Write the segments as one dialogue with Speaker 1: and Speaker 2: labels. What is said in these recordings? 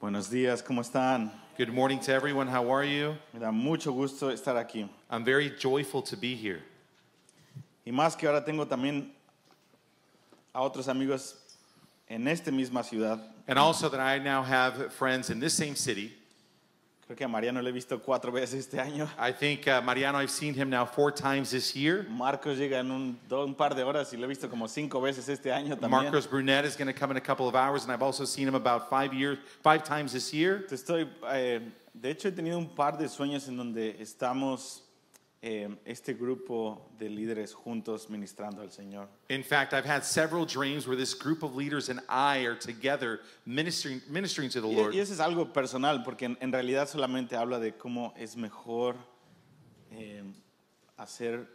Speaker 1: Buenos días, ¿cómo están?
Speaker 2: Good morning to everyone. How are you?
Speaker 1: Me da mucho gusto estar aquí.
Speaker 2: I'm very joyful to be here.
Speaker 1: Y más que ahora tengo también a otros amigos en esta misma ciudad.
Speaker 2: And also that I now have friends in this same city.
Speaker 1: Creo que a Mariano le he visto cuatro veces este año.
Speaker 2: I think uh, Mariano, I've seen him now four times this year.
Speaker 1: Marcos llega en un, do- un par de horas y lo he visto como cinco veces este año también.
Speaker 2: Marcos Brunet is going to come in a couple of hours, and I've also seen him about five years, five times this year.
Speaker 1: Te Estoy, eh, de hecho, he tenido un par de sueños en donde estamos eh, este grupo de líderes juntos ministrando al Señor.
Speaker 2: In fact, I've had several dreams where this group of leaders and I are together ministering, ministering to the Lord.
Speaker 1: Y, y eso es algo personal, porque en, en realidad solamente habla de cómo es mejor eh, hacer,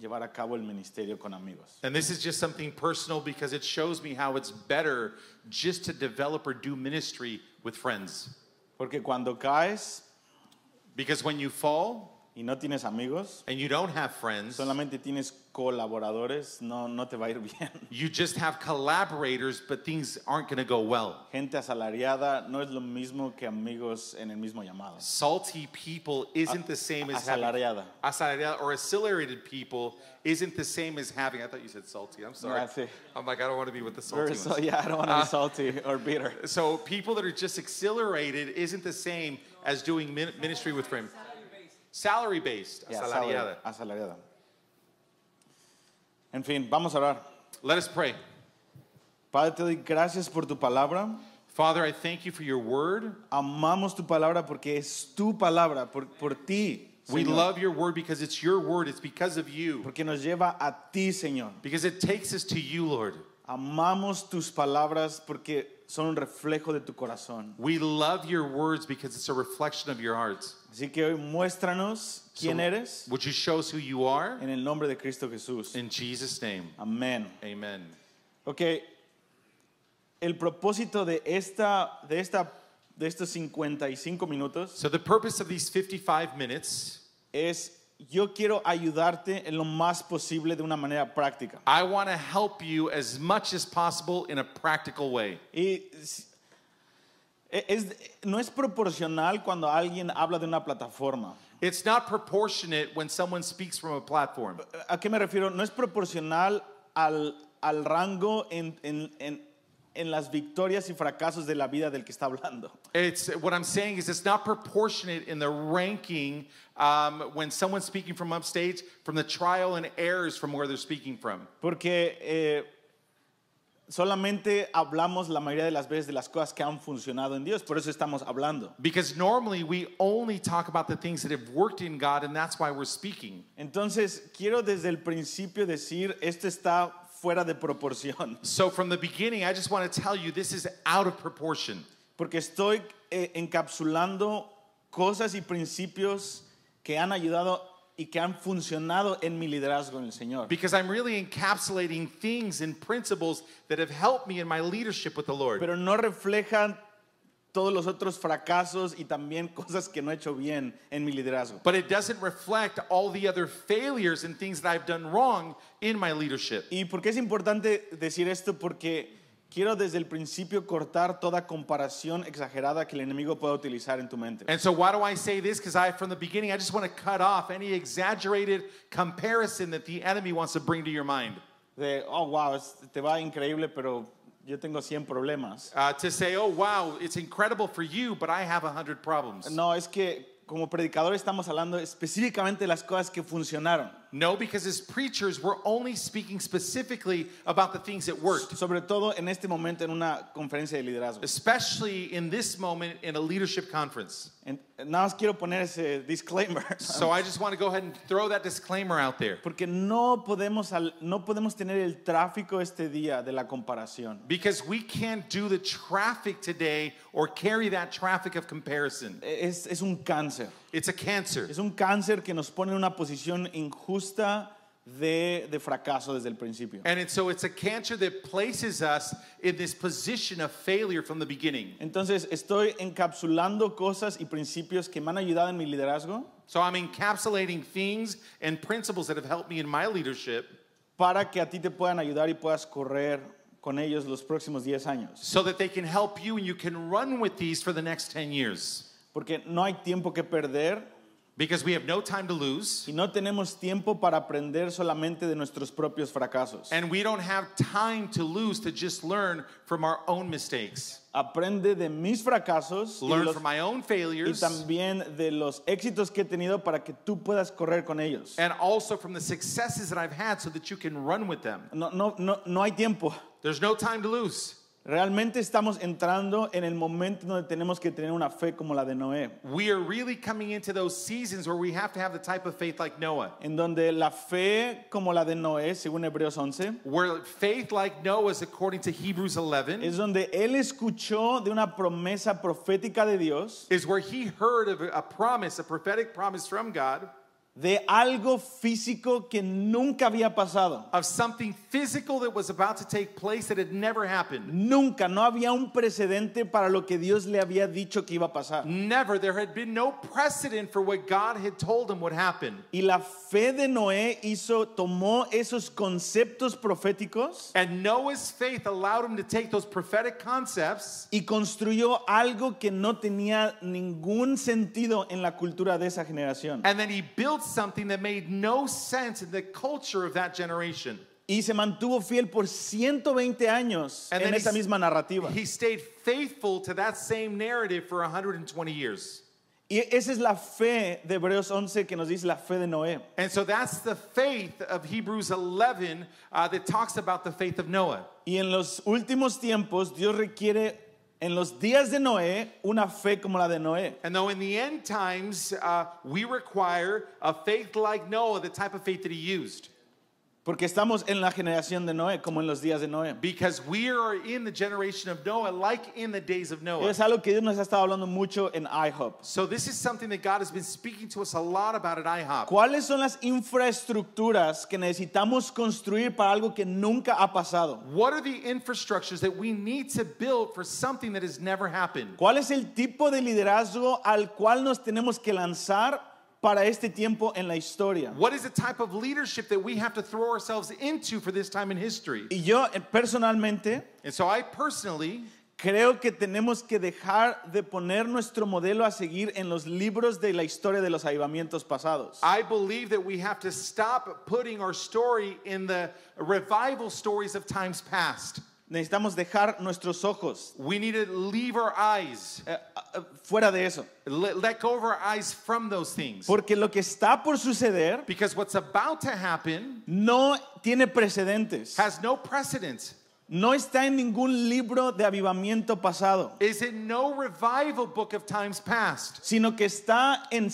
Speaker 1: llevar a cabo el ministerio con amigos.
Speaker 2: And this is just something personal because it shows me how it's better just to develop or do ministry with friends.
Speaker 1: Porque cuando caes
Speaker 2: Because when you fall
Speaker 1: y no tienes amigos,
Speaker 2: and you don't have friends,
Speaker 1: solamente tienes colaboradores, no, no te va a ir bien.
Speaker 2: you just have collaborators, but things aren't going to go well.
Speaker 1: Gente asalariada no es lo mismo que amigos en el mismo llamado.
Speaker 2: Salty people isn't the same as having
Speaker 1: Asalariada.
Speaker 2: Asalariada or accelerated people isn't the same as having. I thought you said salty. I'm sorry.
Speaker 1: That's it.
Speaker 2: I'm like I don't want to be with the salty
Speaker 1: Or
Speaker 2: ones. Ah.
Speaker 1: so, yeah, I don't want to be salty or bitter.
Speaker 2: So people that are just accelerated isn't the same as doing min- ministry with friends. Salary based,
Speaker 1: Yeah,
Speaker 2: asalariada.
Speaker 1: salari- Asalariada. En fin, vamos a orar.
Speaker 2: Let us pray.
Speaker 1: Padre, te doy gracias por tu palabra.
Speaker 2: Father, I thank you for your word.
Speaker 1: Amamos tu palabra porque es tu palabra, por, por ti.
Speaker 2: We
Speaker 1: Señor.
Speaker 2: love your word because it's your word. It's because of you.
Speaker 1: Porque nos lleva a ti, Señor.
Speaker 2: Because it takes us to you, Lord.
Speaker 1: Amamos tus palabras porque son un reflejo de tu corazón.
Speaker 2: We love your words because it's a reflection of your hearts.
Speaker 1: Así que hoy muéstranos
Speaker 2: So
Speaker 1: quién eres
Speaker 2: Would you show us who you are?
Speaker 1: en el nombre de Cristo Jesús.
Speaker 2: In Jesus' name.
Speaker 1: Amén.
Speaker 2: Amen.
Speaker 1: Ok, el propósito de, esta, de, esta, de estos 55 minutos
Speaker 2: So the purpose of these 55 minutes,
Speaker 1: es yo quiero ayudarte en lo más posible de una manera práctica.
Speaker 2: I want to help you as much as possible in a practical way.
Speaker 1: Y s- e- es- no es proporcional cuando alguien habla de una plataforma.
Speaker 2: It's not proportionate when someone speaks from a platform.
Speaker 1: ¿A qué me refiero? No es proporcional al, al rango en, en- en- en las victorias y fracasos de la vida del que está hablando.
Speaker 2: It's what I'm saying is it's not proportionate in the ranking um, when someone's speaking from upstage, from the trial and errors from where they're speaking from.
Speaker 1: Porque eh, solamente hablamos la mayoría de las veces de las cosas que han funcionado en Dios, por eso estamos hablando.
Speaker 2: Because normally we only talk about the things that have worked in God, and that's why we're speaking.
Speaker 1: Entonces, quiero desde el principio decir, esto está fuera de proporción.
Speaker 2: So from the beginning, I just want to tell you this is out of proportion
Speaker 1: Porque estoy eh, encapsulando cosas y principios que han ayudado y que han funcionado en mi liderazgo en el Señor.
Speaker 2: because I'm really encapsulating things and principles that have helped me in my leadership with the Lord.
Speaker 1: Pero no reflejan todos los otros fracasos y también cosas que no he hecho bien en mi liderazgo.
Speaker 2: But it doesn't reflect all the other failures and things that I've done wrong in my leadership.
Speaker 1: ¿Y por qué es importante decir esto? Porque quiero desde el principio cortar toda comparación exagerada que el enemigo pueda utilizar en tu mente.
Speaker 2: And so why do I say this? Because I, from the beginning, I just want to cut off any exaggerated comparison that the enemy wants to bring to your mind.
Speaker 1: De, oh, wow, es- te va increíble, pero yo tengo 100 problemas.
Speaker 2: Uh, to say, oh, wow, it's incredible for you, but I have a 100 problems. No.
Speaker 1: No, es que como predicador estamos hablando específicamente de las cosas que funcionaron.
Speaker 2: because as preachers, we're only speaking specifically about the things that worked,
Speaker 1: Sobre todo en este momento en una conferencia de liderazgo.
Speaker 2: especially in this moment in a leadership conference.
Speaker 1: En- nada más quiero poner ese disclaimer.
Speaker 2: So I just want to go ahead and throw that disclaimer out there.
Speaker 1: Porque no podemos, al- no podemos tener el tráfico este día de la comparación.
Speaker 2: Because we can't do the traffic today or carry that traffic of comparison.
Speaker 1: Es- es un cáncer.
Speaker 2: It's a cancer.
Speaker 1: Es un cáncer que nos pone en una posición injusta de, de fracaso desde el principio.
Speaker 2: And it, so it's a cancer that places us in this position of failure from the beginning.
Speaker 1: Entonces estoy encapsulando cosas y principios que me han ayudado en mi liderazgo
Speaker 2: So I'm encapsulating things and principles that have helped me in my leadership
Speaker 1: para que a ti te puedan ayudar y puedas correr con ellos los próximos 10 años.
Speaker 2: so that they can help you and you can run with these for the next 10 years.
Speaker 1: Porque no hay tiempo que perder
Speaker 2: Because we have no time to lose
Speaker 1: y no tenemos tiempo para aprender solamente de nuestros propios fracasos.
Speaker 2: and we don't have time to lose to just learn from our own mistakes,
Speaker 1: Aprende de mis fracasos y,
Speaker 2: learn
Speaker 1: los-
Speaker 2: from my own
Speaker 1: y
Speaker 2: failures.
Speaker 1: también de los éxitos que he tenido para que tú puedas correr con ellos.
Speaker 2: And also from the successes that I've had so that you can run with them.
Speaker 1: No, no, no, no hay tiempo.
Speaker 2: There's no time to lose.
Speaker 1: Realmente estamos entrando en el momento donde tenemos que tener una fe como la de Noé,
Speaker 2: We are really coming into those seasons where we have to have the type of faith like Noah,
Speaker 1: en donde la fe como la de Noé, según Hebreos 11,
Speaker 2: where faith like Noah's, according to Hebrews 11,
Speaker 1: es donde él escuchó de una promesa profética de Dios,
Speaker 2: is where he heard of a promise, a prophetic promise from God
Speaker 1: de algo físico que nunca había pasado.
Speaker 2: of something physical that was about to take place that had never happened.
Speaker 1: Nunca, no había un precedente para lo que Dios le había dicho que iba a pasar.
Speaker 2: Never, there had been no precedent for what God had told him would happen.
Speaker 1: Y la fe de Noé hizo, tomó esos conceptos proféticos
Speaker 2: And Noah's faith allowed him to take those prophetic concepts
Speaker 1: y construyó algo que no tenía ningún sentido en la cultura de esa generación.
Speaker 2: And then he built something that made no sense in the culture of that generation.
Speaker 1: Y se mantuvo fiel por 120 años
Speaker 2: And
Speaker 1: en
Speaker 2: then
Speaker 1: esa
Speaker 2: he-
Speaker 1: misma narrativa.
Speaker 2: He stayed faithful to that same narrative for 120 years.
Speaker 1: Y esa es la fe de Hebreos 11 que nos dice la fe de Noé.
Speaker 2: And so that's the faith of Hebrews 11 uh, that talks about the faith of Noah.
Speaker 1: Y en los últimos tiempos Dios requiere en los días de Noé una fe como la de Noé.
Speaker 2: And though in the end times, uh, we require a faith like Noah, the type of faith that he used,
Speaker 1: Porque estamos en la generación de Noé, como en los días de Noé.
Speaker 2: because we are in the generation of Noah, like in the days of Noah.
Speaker 1: Es algo que Dios nos ha estado hablando mucho en IHOP.
Speaker 2: So this is something that God has been speaking to us a lot about at IHOP.
Speaker 1: ¿Cuáles son las infraestructuras que necesitamos construir para algo que nunca ha pasado?
Speaker 2: What are the infrastructures that we need to build for something that has never happened?
Speaker 1: ¿Cuál es el tipo de liderazgo al cual nos tenemos que lanzar para este tiempo en la historia?
Speaker 2: What is the type of leadership that we have to throw ourselves into for this time in history?
Speaker 1: Y yo eh, personalmente
Speaker 2: And so I personally
Speaker 1: Creo que tenemos que dejar de poner nuestro modelo a seguir en los libros de la historia de los avivamientos pasados.
Speaker 2: I believe that we have to stop putting our story in the revival stories of times past.
Speaker 1: Necesitamos dejar nuestros ojos
Speaker 2: We need to leave our eyes,
Speaker 1: eh, eh, fuera de eso.
Speaker 2: let, let go of our eyes from those things.
Speaker 1: Porque lo que está por suceder
Speaker 2: Because what's about to happen
Speaker 1: no tiene precedentes.
Speaker 2: has no precedent.
Speaker 1: No está en ningún libro de avivamiento pasado,
Speaker 2: Is in no revival book of times past.
Speaker 1: sino que está en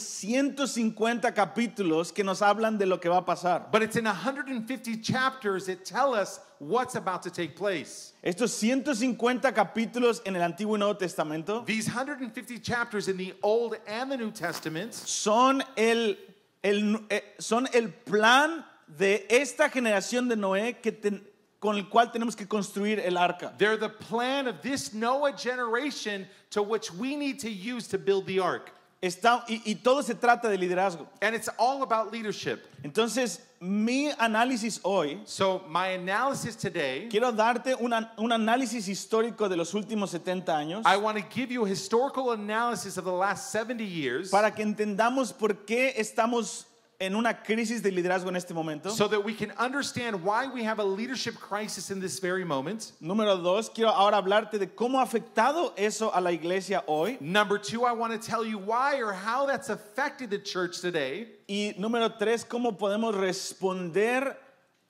Speaker 1: 150 capítulos que nos hablan de lo que va a pasar.
Speaker 2: But it's in 150 chapters that tell us what's about to take place.
Speaker 1: Estos 150 capítulos en el Antiguo y Nuevo Testamento
Speaker 2: These 150 chapters in the Old and the New Testaments
Speaker 1: son el, el- eh, son el plan de esta generación de Noé que ten- con el cual tenemos que construir el arca.
Speaker 2: they're the plan of this Noah generation to which we need to use to build the ark.
Speaker 1: Está, y, y todo se trata de liderazgo.
Speaker 2: And it's all about leadership.
Speaker 1: Entonces, mi análisis hoy,
Speaker 2: So, my analysis today,
Speaker 1: quiero darte una- un análisis histórico de los últimos 70 años
Speaker 2: I want to give you a historical analysis of the last 70 years
Speaker 1: para que entendamos por qué estamos en una crisis de liderazgo en este momento.
Speaker 2: so that we can understand why we have a leadership crisis in this very moment.
Speaker 1: Número dos, quiero ahora hablarte de cómo ha afectado eso a la iglesia hoy.
Speaker 2: Number two, I want to tell you why or how that's affected the church today.
Speaker 1: Y número tres, ¿cómo podemos responder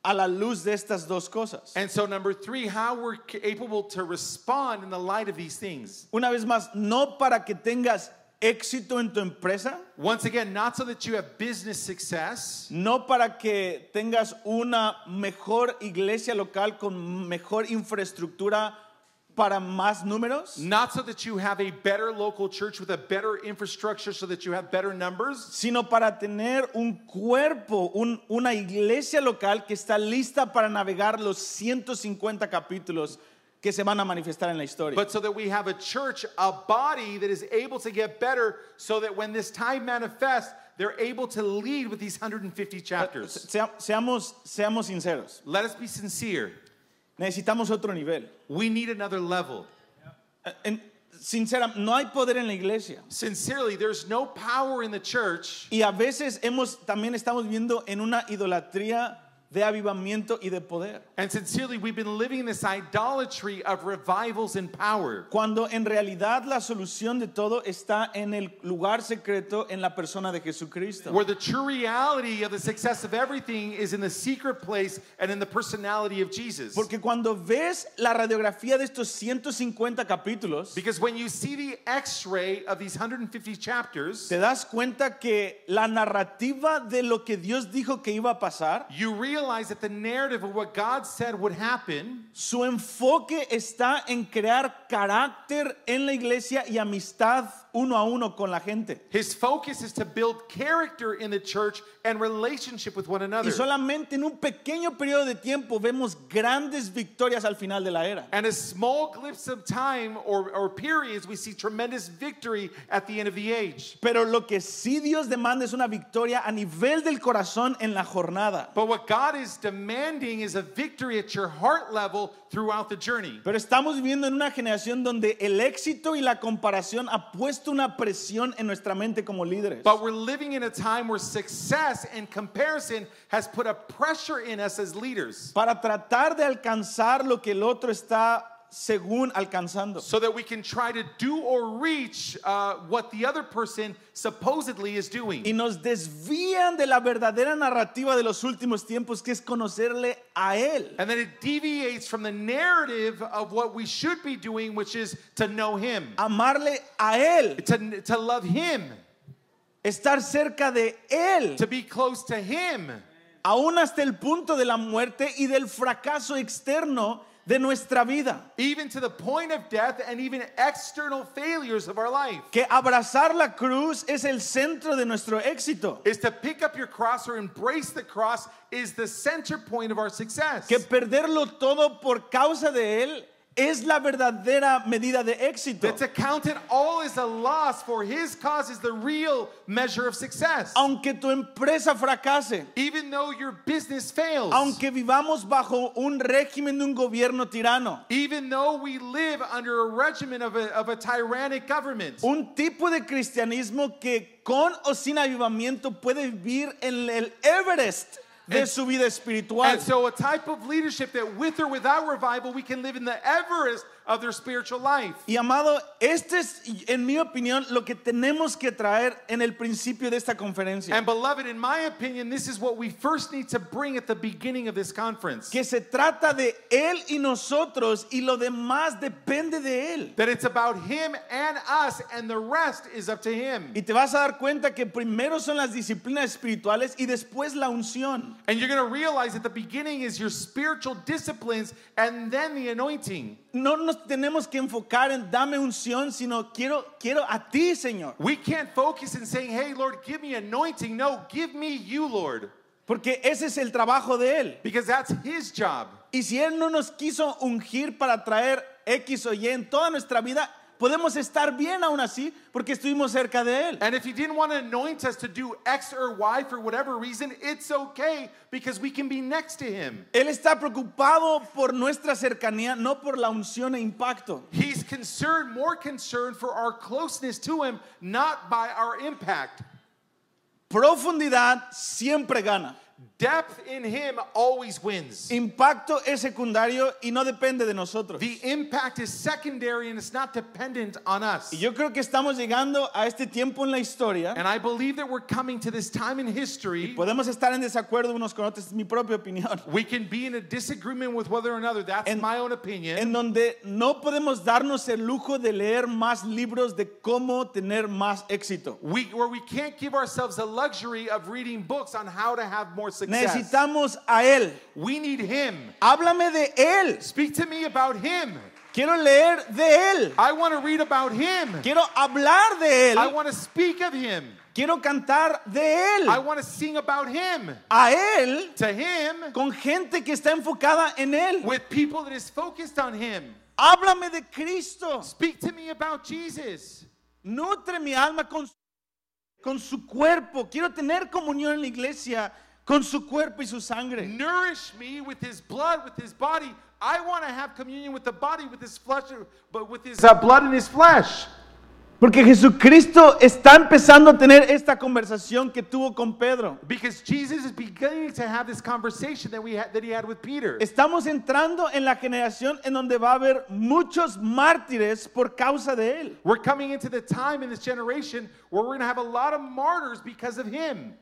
Speaker 1: a la luz de estas dos cosas?
Speaker 2: And so, number three, how we're capable to respond in the light of these things.
Speaker 1: Una vez más, no para que tengas éxito en tu empresa,
Speaker 2: Once again, not so that you have business success,
Speaker 1: no para que tengas una mejor iglesia local con mejor infraestructura para más números,
Speaker 2: not so that you have a better local church with a better infrastructure so that you have better numbers,
Speaker 1: sino para tener un cuerpo, un- una iglesia local que está lista para navegar los 150 capítulos que se van a manifestar en la historia.
Speaker 2: but so that we have a church, a body that is able to get better so that when this time manifests, they're able to lead with these 150 chapters.
Speaker 1: Se- seamos, seamos sinceros.
Speaker 2: Let us be sincere.
Speaker 1: Necesitamos otro nivel.
Speaker 2: We need another level.
Speaker 1: Eh, en- sincera, no hay poder en la iglesia.
Speaker 2: Sincerely, there's no power in the church,
Speaker 1: Y a veces hemos, también estamos viendo en una idolatría de avivamiento y de poder.
Speaker 2: and sincerely, we've been living this idolatry of revivals and power.
Speaker 1: Cuando en realidad la solución de todo está en el lugar secreto, en la persona de Jesucristo.
Speaker 2: Where the true reality of the success of everything is in the secret place and in the personality of Jesus.
Speaker 1: Porque cuando ves la radiografía de estos 150 capítulos,
Speaker 2: Because when you see the x ray of these 150 chapters,
Speaker 1: te das cuenta que la narrativa de lo que Dios dijo que iba a pasar,
Speaker 2: you realize that the narrative of what God said would happen
Speaker 1: su enfoque está en crear carácter en la iglesia y amistad uno a uno con la gente.
Speaker 2: His focus is to build character in the church and relationship with one another.
Speaker 1: Y solamente en un pequeño periodo de tiempo vemos grandes victorias al final de la era.
Speaker 2: And a small glimpse of time or, or periods, we see tremendous victory at the end of the age.
Speaker 1: Pero lo que sí Dios demanda es una victoria a nivel del corazón en la jornada.
Speaker 2: But what God is demanding is a victory at your heart level throughout the journey.
Speaker 1: Pero estamos viviendo en una generación donde el éxito y la comparación ha puesto una presión en nuestra mente como líderes.
Speaker 2: But we're living in a time where success and comparison has put a pressure in us as leaders
Speaker 1: Para tratar de alcanzar lo que el otro está según alcanzando.
Speaker 2: so that we can try to do or reach uh, what the other person supposedly is doing.
Speaker 1: Y nos desvían de la verdadera narrativa de los últimos tiempos, que es conocerle a Él.
Speaker 2: And then it deviates from the narrative of what we should be doing, which is to know Him,
Speaker 1: Amarle a Él.
Speaker 2: to, to love Him,
Speaker 1: Estar cerca de Él.
Speaker 2: to be close to Him,
Speaker 1: Aún hasta el punto de la muerte y del fracaso externo de nuestra vida.
Speaker 2: even to the point of death and even external failures of our life.
Speaker 1: Que abrazar la cruz es el centro de nuestro éxito.
Speaker 2: Is to pick up your cross or embrace the cross is the center point of our success.
Speaker 1: Que perderlo todo por causa de Él es la verdadera medida de éxito.
Speaker 2: That to count it all as a loss for His cause is the real measure of success.
Speaker 1: Aunque tu empresa fracase,
Speaker 2: Even though your business fails.
Speaker 1: aunque vivamos bajo un régimen de un gobierno tirano,
Speaker 2: Even though we live under a regimen of a, of a tyrannic government,
Speaker 1: un tipo de cristianismo que con o sin avivamiento puede vivir en el Everest de
Speaker 2: And-
Speaker 1: su vida espiritual.
Speaker 2: and so a type of leadership that with or without revival, we can live in the Everest of their spiritual life.
Speaker 1: Y amado, este es, en mi opinión, lo que tenemos que traer en el principio de esta conferencia.
Speaker 2: And beloved, in my opinion, this is what we first need to bring at the beginning of this conference.
Speaker 1: Que se trata de Él y nosotros y lo demás depende de Él.
Speaker 2: That it's about him and us, and the rest is up to him.
Speaker 1: Y te vas a dar cuenta que primero son las disciplinas espirituales y después la unción.
Speaker 2: And you're going to realize that the beginning is your spiritual disciplines and then the anointing.
Speaker 1: No nos tenemos que enfocar en dame unción, sino quiero, quiero a ti, Señor.
Speaker 2: We can't focus in saying, hey, Lord, give me anointing. No, give me you, Lord.
Speaker 1: Porque ese es el trabajo de Él.
Speaker 2: Because that's his job.
Speaker 1: Y si Él no nos quiso ungir para traer X o Y en toda nuestra vida, podemos estar bien aún así porque estuvimos cerca de Él.
Speaker 2: And if he didn't want to anoint us to do X or Y for whatever reason, it's okay because we can be next to him.
Speaker 1: Él está preocupado por nuestra cercanía, no por la unción e impacto.
Speaker 2: He's concerned, more concerned for our closeness to him, not by our impact.
Speaker 1: Profundidad siempre gana.
Speaker 2: Depth in him always wins.
Speaker 1: Impacto es secundario y no depende de nosotros.
Speaker 2: The impact is secondary and it's not dependent on us.
Speaker 1: Y yo creo que estamos llegando a este tiempo en la historia.
Speaker 2: And I believe that we're coming to this time in history.
Speaker 1: Podemos estar en desacuerdo unos con otros, es mi propia opinión.
Speaker 2: We can be in a disagreement with whether or another. That's
Speaker 1: And-
Speaker 2: my own opinion.
Speaker 1: En donde no podemos darnos el lujo de leer más libros de cómo tener más éxito.
Speaker 2: we, where we can't give ourselves the luxury of reading books on how to have more success.
Speaker 1: Necesitamos a Él.
Speaker 2: We need Him.
Speaker 1: Háblame de Él.
Speaker 2: Speak to me about Him.
Speaker 1: Quiero leer de Él.
Speaker 2: I want to read about Him.
Speaker 1: Quiero hablar de Él.
Speaker 2: I want to speak of Him.
Speaker 1: Quiero cantar de Él.
Speaker 2: I want to sing about Him.
Speaker 1: A Él
Speaker 2: To Him,
Speaker 1: con gente que está enfocada en Él.
Speaker 2: with people that is focused on Him.
Speaker 1: Háblame de Cristo.
Speaker 2: Speak to me about Jesus.
Speaker 1: Nutre mi alma con, con su cuerpo. Quiero tener comunión en la iglesia con su cuerpo y su sangre.
Speaker 2: Nourish me with His blood, with His body. I want to have communion with the body, with his flesh, but with his uh, blood and his flesh.
Speaker 1: Porque Jesucristo está empezando a tener esta conversación que tuvo con Pedro.
Speaker 2: Because Jesus is beginning to have this conversation that we had, that he had with Peter.
Speaker 1: Estamos entrando en la generación en donde va a haber muchos mártires por causa de él.
Speaker 2: We're coming into the time in this generation where we're going to have a lot of martyrs because of him.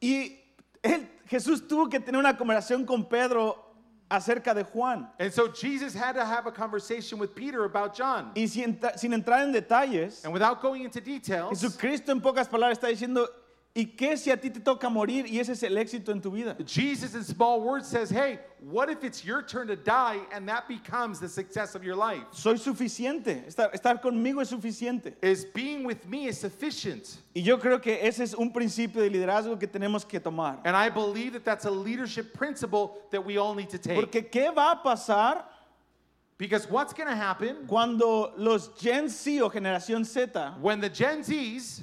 Speaker 1: Y él- Jesús tuvo que tener una conversación con Pedro acerca de Juan.
Speaker 2: And so Jesus had to have a conversation with Peter about John.
Speaker 1: Y sin, entra- sin entrar en detalles,
Speaker 2: And without going into details,
Speaker 1: Jesucristo en pocas palabras está diciendo, ¿y qué si a ti te toca morir y ese es el éxito en tu vida?
Speaker 2: Jesus in small words says, Hey, what if it's your turn to die and that becomes the success of your life?
Speaker 1: Soy suficiente, estar, estar conmigo es suficiente.
Speaker 2: Is being with me is sufficient.
Speaker 1: Y yo creo que ese es un principio de liderazgo que tenemos que tomar.
Speaker 2: And I believe that that's a leadership principle that we all need to take.
Speaker 1: Porque ¿qué va a pasar
Speaker 2: Because what's going to happen
Speaker 1: cuando los Gen Z o generación Z
Speaker 2: when the Gen Zs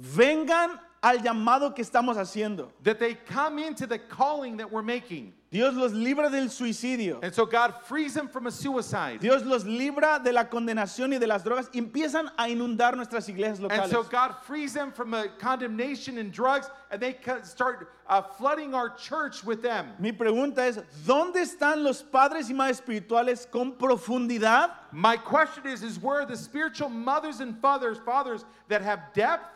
Speaker 1: vengan al llamado que estamos haciendo?
Speaker 2: that they come into the calling that we're making?
Speaker 1: Dios los libra del suicidio.
Speaker 2: And so God frees them from a suicide.
Speaker 1: Dios los libra de la condenación y de las drogas y empiezan a inundar nuestras iglesias
Speaker 2: And
Speaker 1: locales.
Speaker 2: so God frees them from a condemnation and drugs, and they co- start uh, flooding our church with them.
Speaker 1: Mi pregunta es, ¿dónde están los padres y madres espirituales con profundidad
Speaker 2: My question is, is where are the spiritual mothers and fathers, fathers that have depth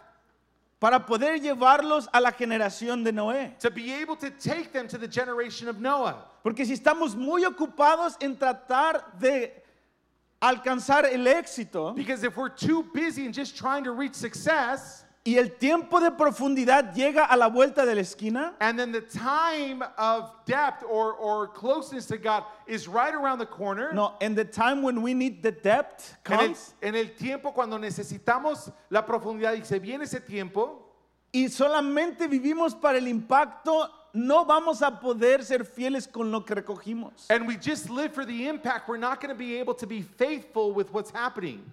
Speaker 1: para poder llevarlos a la generación de Noé?
Speaker 2: to be able to take them to the generation of Noah?
Speaker 1: Porque si estamos muy ocupados en tratar de alcanzar el éxito
Speaker 2: Because if we're too busy and just trying to reach success,
Speaker 1: y el tiempo de profundidad llega a la vuelta de la esquina,
Speaker 2: and then the time of depth or, or closeness to God is right around the corner.
Speaker 1: no, and the time when we need the depth
Speaker 2: En el,
Speaker 1: comes
Speaker 2: en el tiempo cuando necesitamos la profundidad y se viene ese tiempo,
Speaker 1: y solamente vivimos para el impacto, no vamos a poder ser fieles con lo que recogimos.
Speaker 2: and we just live for the impact, we're not going to be able to be faithful with what's happening.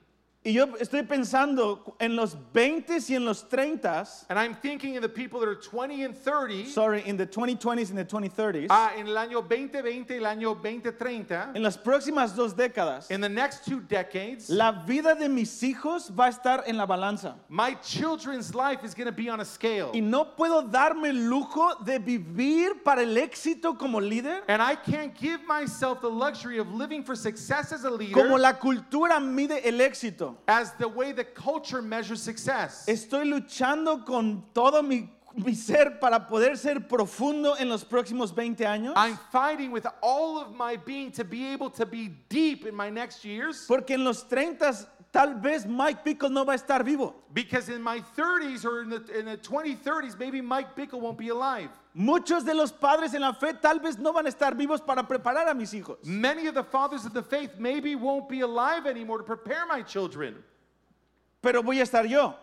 Speaker 1: Y yo estoy pensando en los 20s y en los 30s,
Speaker 2: And I'm thinking of the people that are 20 and 30.
Speaker 1: sorry, in the 2020s and the 2030s,
Speaker 2: Ah, en el año 2020 y el año 2030,
Speaker 1: en las próximas dos décadas,
Speaker 2: in the next two decades,
Speaker 1: la vida de mis hijos va a estar en la balanza.
Speaker 2: my children's life is going to be on a scale.
Speaker 1: Y no puedo darme el lujo de vivir para el éxito como líder,
Speaker 2: And I can't give myself the luxury of living for success as a
Speaker 1: como
Speaker 2: leader
Speaker 1: la cultura mide el éxito.
Speaker 2: as the way the culture measures success.
Speaker 1: Estoy luchando con todo mi, mi ser para poder ser profundo en los próximos 20 años.
Speaker 2: I'm fighting with all of my being to be able to be deep in my next years
Speaker 1: Porque en los 30 tal vez Mike Pickle no va a estar vivo.
Speaker 2: because in my 30s or in the, in the 2030s, maybe Mike Bickle won't be alive.
Speaker 1: Muchos de los padres en la fe tal vez no van a estar vivos para preparar a mis hijos.
Speaker 2: Many of the fathers of the faith maybe won't be alive anymore to prepare my children.
Speaker 1: Pero voy a estar yo.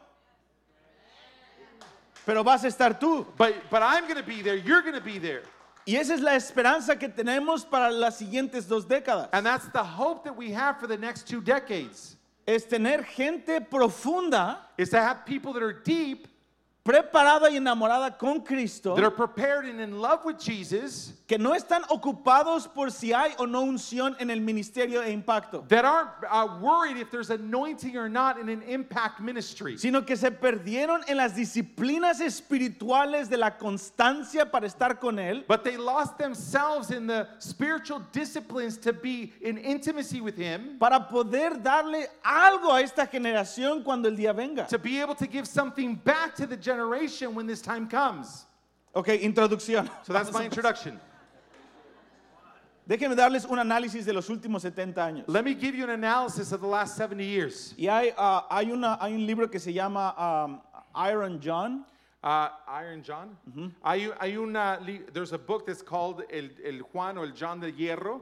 Speaker 1: Pero vas a estar tú.
Speaker 2: But but I'm going to be there. You're going to be there.
Speaker 1: Y esa es la esperanza que tenemos para las siguientes dos décadas.
Speaker 2: And that's the hope that we have for the next two decades
Speaker 1: Es tener gente profunda,
Speaker 2: is to have people that are deep,
Speaker 1: preparada y enamorada con Cristo,
Speaker 2: that are prepared and in love with Jesus,
Speaker 1: que no están ocupados por si hay o no unción en el ministerio de impacto,
Speaker 2: that aren't uh, worried if there's anointing or not in an impact ministry,
Speaker 1: sino que se perdieron en las disciplinas espirituales de la constancia para estar con Él
Speaker 2: but they lost themselves in the spiritual disciplines to be in intimacy with Him,
Speaker 1: para poder darle algo a esta generación cuando el día venga.
Speaker 2: to be able to give something back to the generation when this time comes.
Speaker 1: Ok, introducción.
Speaker 2: So that's my introduction.
Speaker 1: Déjenme darles un análisis de los últimos 70 años.
Speaker 2: Let me give you an analysis of the last 70 years.
Speaker 1: Y hay, ah, hay, una, hay un libro que se llama um, Iron John,
Speaker 2: Uh, Iron John. Hay, un- hay una li- there's a book that's called El, El Juan o El John de Hierro.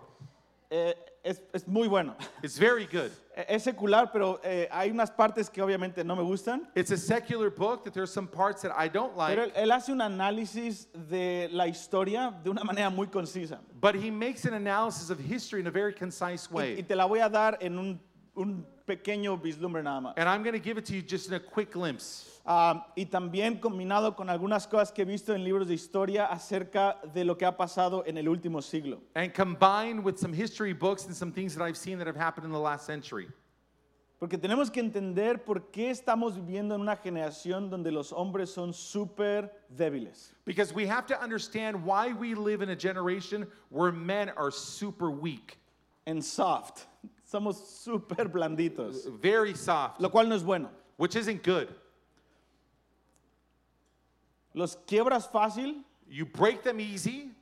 Speaker 1: Eh, es, es muy bueno.
Speaker 2: It's very good.
Speaker 1: Eh, Es secular, pero eh, hay unas partes que obviamente no me gustan.
Speaker 2: It's a secular book that there's some parts that I don't like,
Speaker 1: Pero él, él hace un análisis de la historia de una manera muy concisa.
Speaker 2: but he makes an analysis of history in a very concise
Speaker 1: Y, y
Speaker 2: way.
Speaker 1: te la voy a dar en un, un pequeño vislumbre nada más.
Speaker 2: And I'm going to give it to you just in a quick glimpse.
Speaker 1: Ah, y también combinado con algunas cosas que he visto en libros de historia acerca de lo que ha pasado en el último siglo.
Speaker 2: And combined with some history books and some things that I've seen that have happened in the last century.
Speaker 1: Porque tenemos que entender por qué estamos viviendo en una generación donde los hombres son súper débiles.
Speaker 2: Because we have to understand why we live in a generation where men are super weak,
Speaker 1: En soft. Somos súper blanditos.
Speaker 2: very soft,
Speaker 1: Lo cual no es bueno.
Speaker 2: which isn't good.
Speaker 1: Los quiebras fácil,
Speaker 2: You break them easy,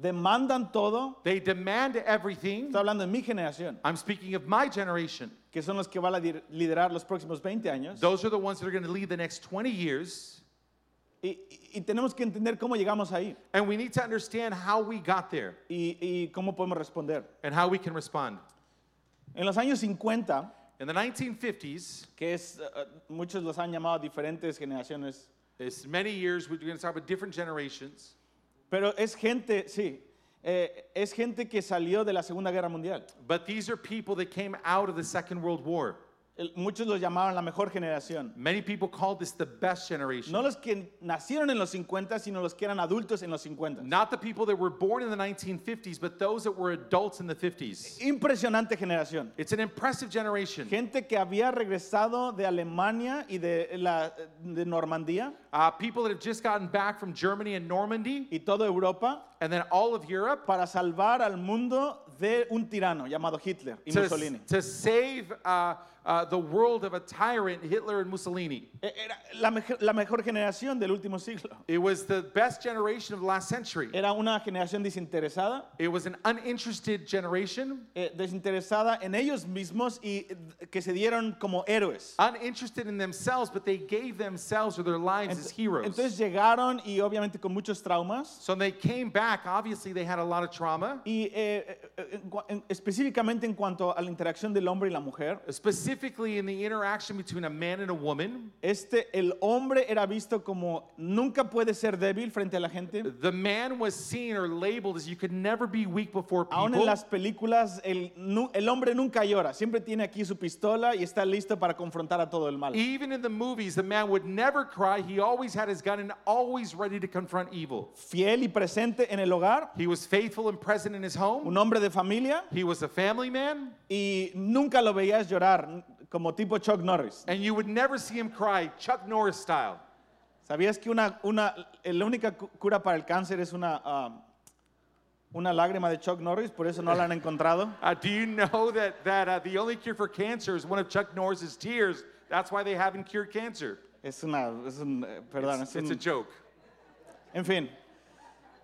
Speaker 1: demandan todo.
Speaker 2: they demand everything.
Speaker 1: Estoy hablando de mi generación,
Speaker 2: I'm speaking of my generation.
Speaker 1: que son los que van a dir- liderar los próximos 20 años.
Speaker 2: Those are the ones that are going to lead the next 20 years.
Speaker 1: Y, y- y tenemos que entender cómo llegamos ahí
Speaker 2: And we need to understand how we got there
Speaker 1: y, y cómo podemos responder.
Speaker 2: and how we can respond.
Speaker 1: En los años 50,
Speaker 2: In the 1950s,
Speaker 1: que es, eh, eh, muchos los han llamado diferentes generaciones,
Speaker 2: it's many years, we're going to talk about different generations,
Speaker 1: pero es gente, sí, eh, es gente que salió de la Segunda Guerra Mundial.
Speaker 2: but these are people that came out of the Second World War.
Speaker 1: El- muchos los llamaban la mejor generación.
Speaker 2: Many people call this the best generation.
Speaker 1: No los que nacieron en los 50, sino los que eran adultos en los 50.
Speaker 2: Not the people that were born in the 1950s, but those that were adults in the 50s.
Speaker 1: Impresionante generación.
Speaker 2: It's an impressive generation.
Speaker 1: Gente que había regresado de Alemania y de, la, de Normandía
Speaker 2: Uh, people that have just gotten back from Germany and Normandy,
Speaker 1: y toda Europa
Speaker 2: and then all of Europe
Speaker 1: para salvar al mundo de un tirano llamado Hitler y
Speaker 2: to,
Speaker 1: Mussolini.
Speaker 2: to save uh, uh, the world of a tyrant, Hitler and Mussolini.
Speaker 1: E- Era la, meje- la mejor generación del último siglo.
Speaker 2: It was the best generation of the last century.
Speaker 1: Era una generación desinteresada,
Speaker 2: It was an uninterested generation,
Speaker 1: eh, desinteresada en ellos mismos y eh, que se dieron como héroes.
Speaker 2: uninterested in themselves, but they gave themselves or their lives
Speaker 1: Ent-
Speaker 2: as
Speaker 1: Entonces
Speaker 2: heroes.
Speaker 1: llegaron y obviamente con muchos traumas.
Speaker 2: So when they came back, obviously they had a lot of trauma,
Speaker 1: Y eh, eh, eh, en cua- en- específicamente en cuanto a la interacción del hombre y la mujer,
Speaker 2: specifically in the interaction between a man and a woman.
Speaker 1: Este, el hombre era visto como nunca puede ser débil frente a la gente.
Speaker 2: The man was seen or labeled as you could never be weak before
Speaker 1: Aún en
Speaker 2: people.
Speaker 1: las películas, el, nu- el hombre nunca llora. Siempre tiene aquí su pistola y está listo para confrontar a todo el mal.
Speaker 2: Even in the movies, the man would never cry. He always had his gun and always ready to confront evil.
Speaker 1: Fiel y presente en el hogar,
Speaker 2: He was faithful and present in his home.
Speaker 1: un hombre de familia
Speaker 2: He was a family man.
Speaker 1: y nunca lo veías llorar n- como tipo Chuck Norris.
Speaker 2: And you would never see him cry, Chuck Norris style.
Speaker 1: ¿Sabías que una, una, la única cu- cura para el cáncer es una, ah, una lágrima de Chuck Norris? Por eso no la han encontrado.
Speaker 2: Uh, do you know that, that uh, the only cure for cancer is one of Chuck Norris's tears? That's why they haven't cured cancer.
Speaker 1: Es una, es un, eh, perdón,
Speaker 2: It's,
Speaker 1: es
Speaker 2: it's
Speaker 1: un-
Speaker 2: a joke.
Speaker 1: En fin.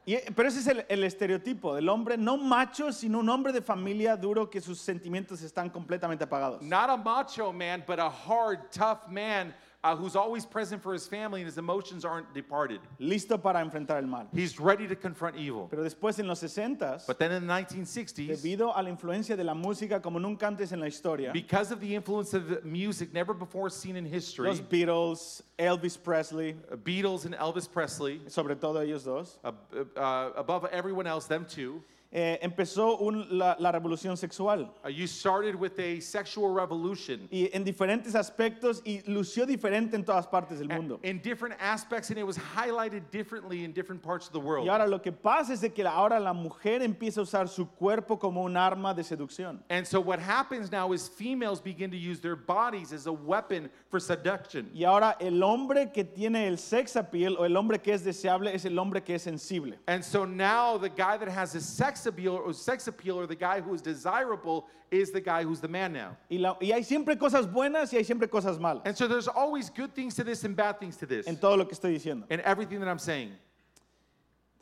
Speaker 1: Y- pero ese es el, el estereotipo del hombre, no macho, sino un hombre de familia duro que sus sentimientos están completamente apagados.
Speaker 2: Not a macho man, but a hard, tough man uh, who's always present for his family and his emotions aren't departed.
Speaker 1: Listo para enfrentar el mal.
Speaker 2: He's ready to confront evil.
Speaker 1: Pero después en los 60s,
Speaker 2: But then in the 1960s,
Speaker 1: debido a la influencia de la música como nunca antes en la historia,
Speaker 2: because of the influence of music never before seen in history,
Speaker 1: los Beatles, Elvis Presley,
Speaker 2: uh, Beatles and Elvis Presley,
Speaker 1: sobre todo ellos dos,
Speaker 2: uh, uh, above everyone else, them two,
Speaker 1: eh, empezó un- la, la revolución sexual.
Speaker 2: uh, you started with a sexual revolution
Speaker 1: Y en diferentes aspectos y lució diferente en todas partes
Speaker 2: Eh,
Speaker 1: del mundo.
Speaker 2: in different aspects, and it was highlighted differently in different parts of the world.
Speaker 1: Y ahora lo que pasa es de que ahora la mujer empieza a usar su cuerpo como un arma de seducción.
Speaker 2: And so what happens now is females begin to use their bodies as a weapon for seduction.
Speaker 1: Y ahora el hombre que tiene el sex appeal o el hombre que es deseable es el hombre que es sensible.
Speaker 2: And so now the guy that has a sex appeal or sex appeal or the guy who is desirable is the guy who's the man now.
Speaker 1: Y, la- y hay siempre cosas buenas y hay siempre cosas malas
Speaker 2: And so there's always good things to this and bad things to this.
Speaker 1: en todo lo que estoy diciendo.
Speaker 2: And everything that I'm saying.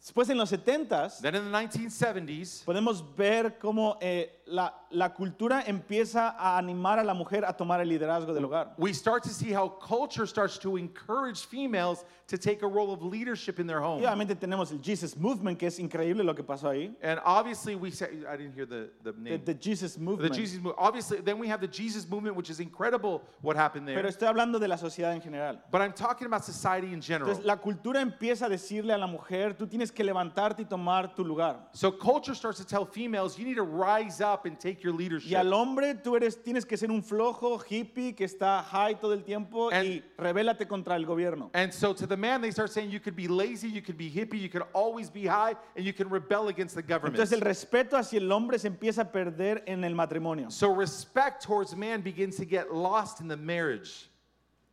Speaker 1: Después en los 70s
Speaker 2: Then in the 1970s,
Speaker 1: podemos ver cómo eh, la, la cultura empieza a animar a la mujer a tomar el liderazgo del hogar.
Speaker 2: we start to see how culture starts to encourage females to take a role of leadership in their home.
Speaker 1: Y obviamente tenemos el Jesus Movement, que es increíble lo que pasó ahí.
Speaker 2: And obviously, we say, I didn't hear the, the
Speaker 1: The,
Speaker 2: name.
Speaker 1: the Jesus
Speaker 2: The
Speaker 1: Movement.
Speaker 2: Jesus movement. Obviously, then we have the Jesus movement, which is incredible what happened
Speaker 1: Pero
Speaker 2: there.
Speaker 1: estoy hablando de la sociedad en general.
Speaker 2: But I'm talking about society in general.
Speaker 1: Entonces la cultura empieza a decirle a la mujer, tú tienes que levantarte y tomar tu lugar.
Speaker 2: So culture starts to tell females, you need to rise up up and take your leadership.
Speaker 1: Y al hombre tú eres, tienes que ser un flojo hippie que está high todo el tiempo
Speaker 2: And-
Speaker 1: y rebélate contra el gobierno.
Speaker 2: And so to the man, they start saying, you could be lazy, you could be hippie, you could always be high, and you can rebel against the government.
Speaker 1: Entonces el respeto hacia el hombre se empieza a perder en el matrimonio.
Speaker 2: So respect towards man begins to get lost in the marriage.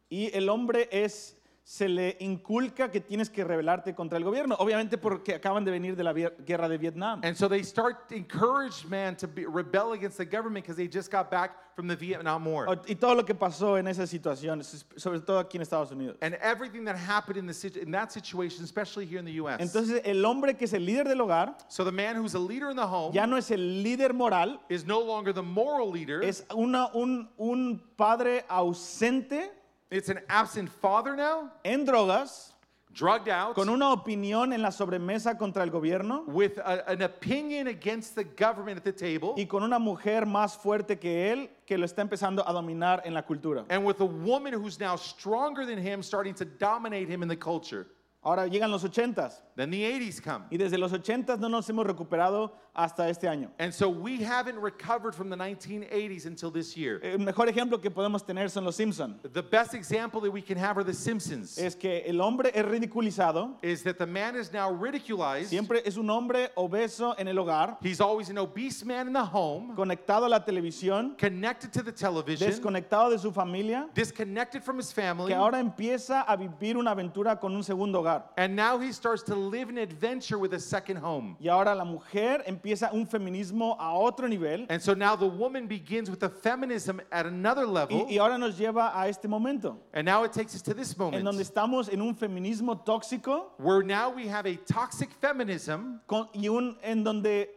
Speaker 1: Y el hombre es, se le inculca que tienes que rebelarte contra el gobierno, obviamente porque acaban de venir de la vier- guerra de Vietnam.
Speaker 2: And so they start to encourage man to be, rebel against the government because they just got back from the Vietnam War.
Speaker 1: O- Y todo lo que pasó en esa situación, s- sobre todo aquí en Estados Unidos.
Speaker 2: And everything that happened in, the, situ- in that situation, especially here in the U.S.
Speaker 1: Entonces el hombre que es el líder del hogar
Speaker 2: so the man who's a leader in the home
Speaker 1: ya no es el líder moral,
Speaker 2: is no longer the moral leader.
Speaker 1: es una- un, un padre ausente,
Speaker 2: it's an absent father now,
Speaker 1: en drogas,
Speaker 2: drugged out,
Speaker 1: con una opinión en la sobremesa contra el gobierno
Speaker 2: with a- an opinion against the government at the table,
Speaker 1: y con una mujer más fuerte que él que lo está empezando a dominar en la cultura.
Speaker 2: and with a woman who's now stronger than him starting to dominate him in the culture.
Speaker 1: Ahora llegan los ochentas
Speaker 2: Then the 80s come.
Speaker 1: y desde los ochentas no nos hemos recuperado hasta este año.
Speaker 2: And so we haven't recovered from the 1980s until this year.
Speaker 1: El mejor ejemplo que podemos tener son los Simpson.
Speaker 2: The best example that we can have are the Simpsons.
Speaker 1: Es que el hombre es ridiculizado,
Speaker 2: Is that the man is now ridiculized.
Speaker 1: siempre es un hombre obeso en el hogar,
Speaker 2: He's always an obese man in the home,
Speaker 1: conectado a la televisión,
Speaker 2: connected to the television,
Speaker 1: desconectado de su familia,
Speaker 2: disconnected from his family.
Speaker 1: que ahora empieza a vivir una aventura con un segundo hogar.
Speaker 2: And now he starts to live an adventure with a second home.
Speaker 1: Y ahora la mujer empieza un feminismo a otro nivel
Speaker 2: And so now the woman begins with a feminism at another level.
Speaker 1: y, y ahora nos lleva a este momento,
Speaker 2: And now it takes us to this
Speaker 1: en donde
Speaker 2: moment
Speaker 1: estamos en un feminismo tóxico
Speaker 2: where now we have a toxic feminism
Speaker 1: con- y un en donde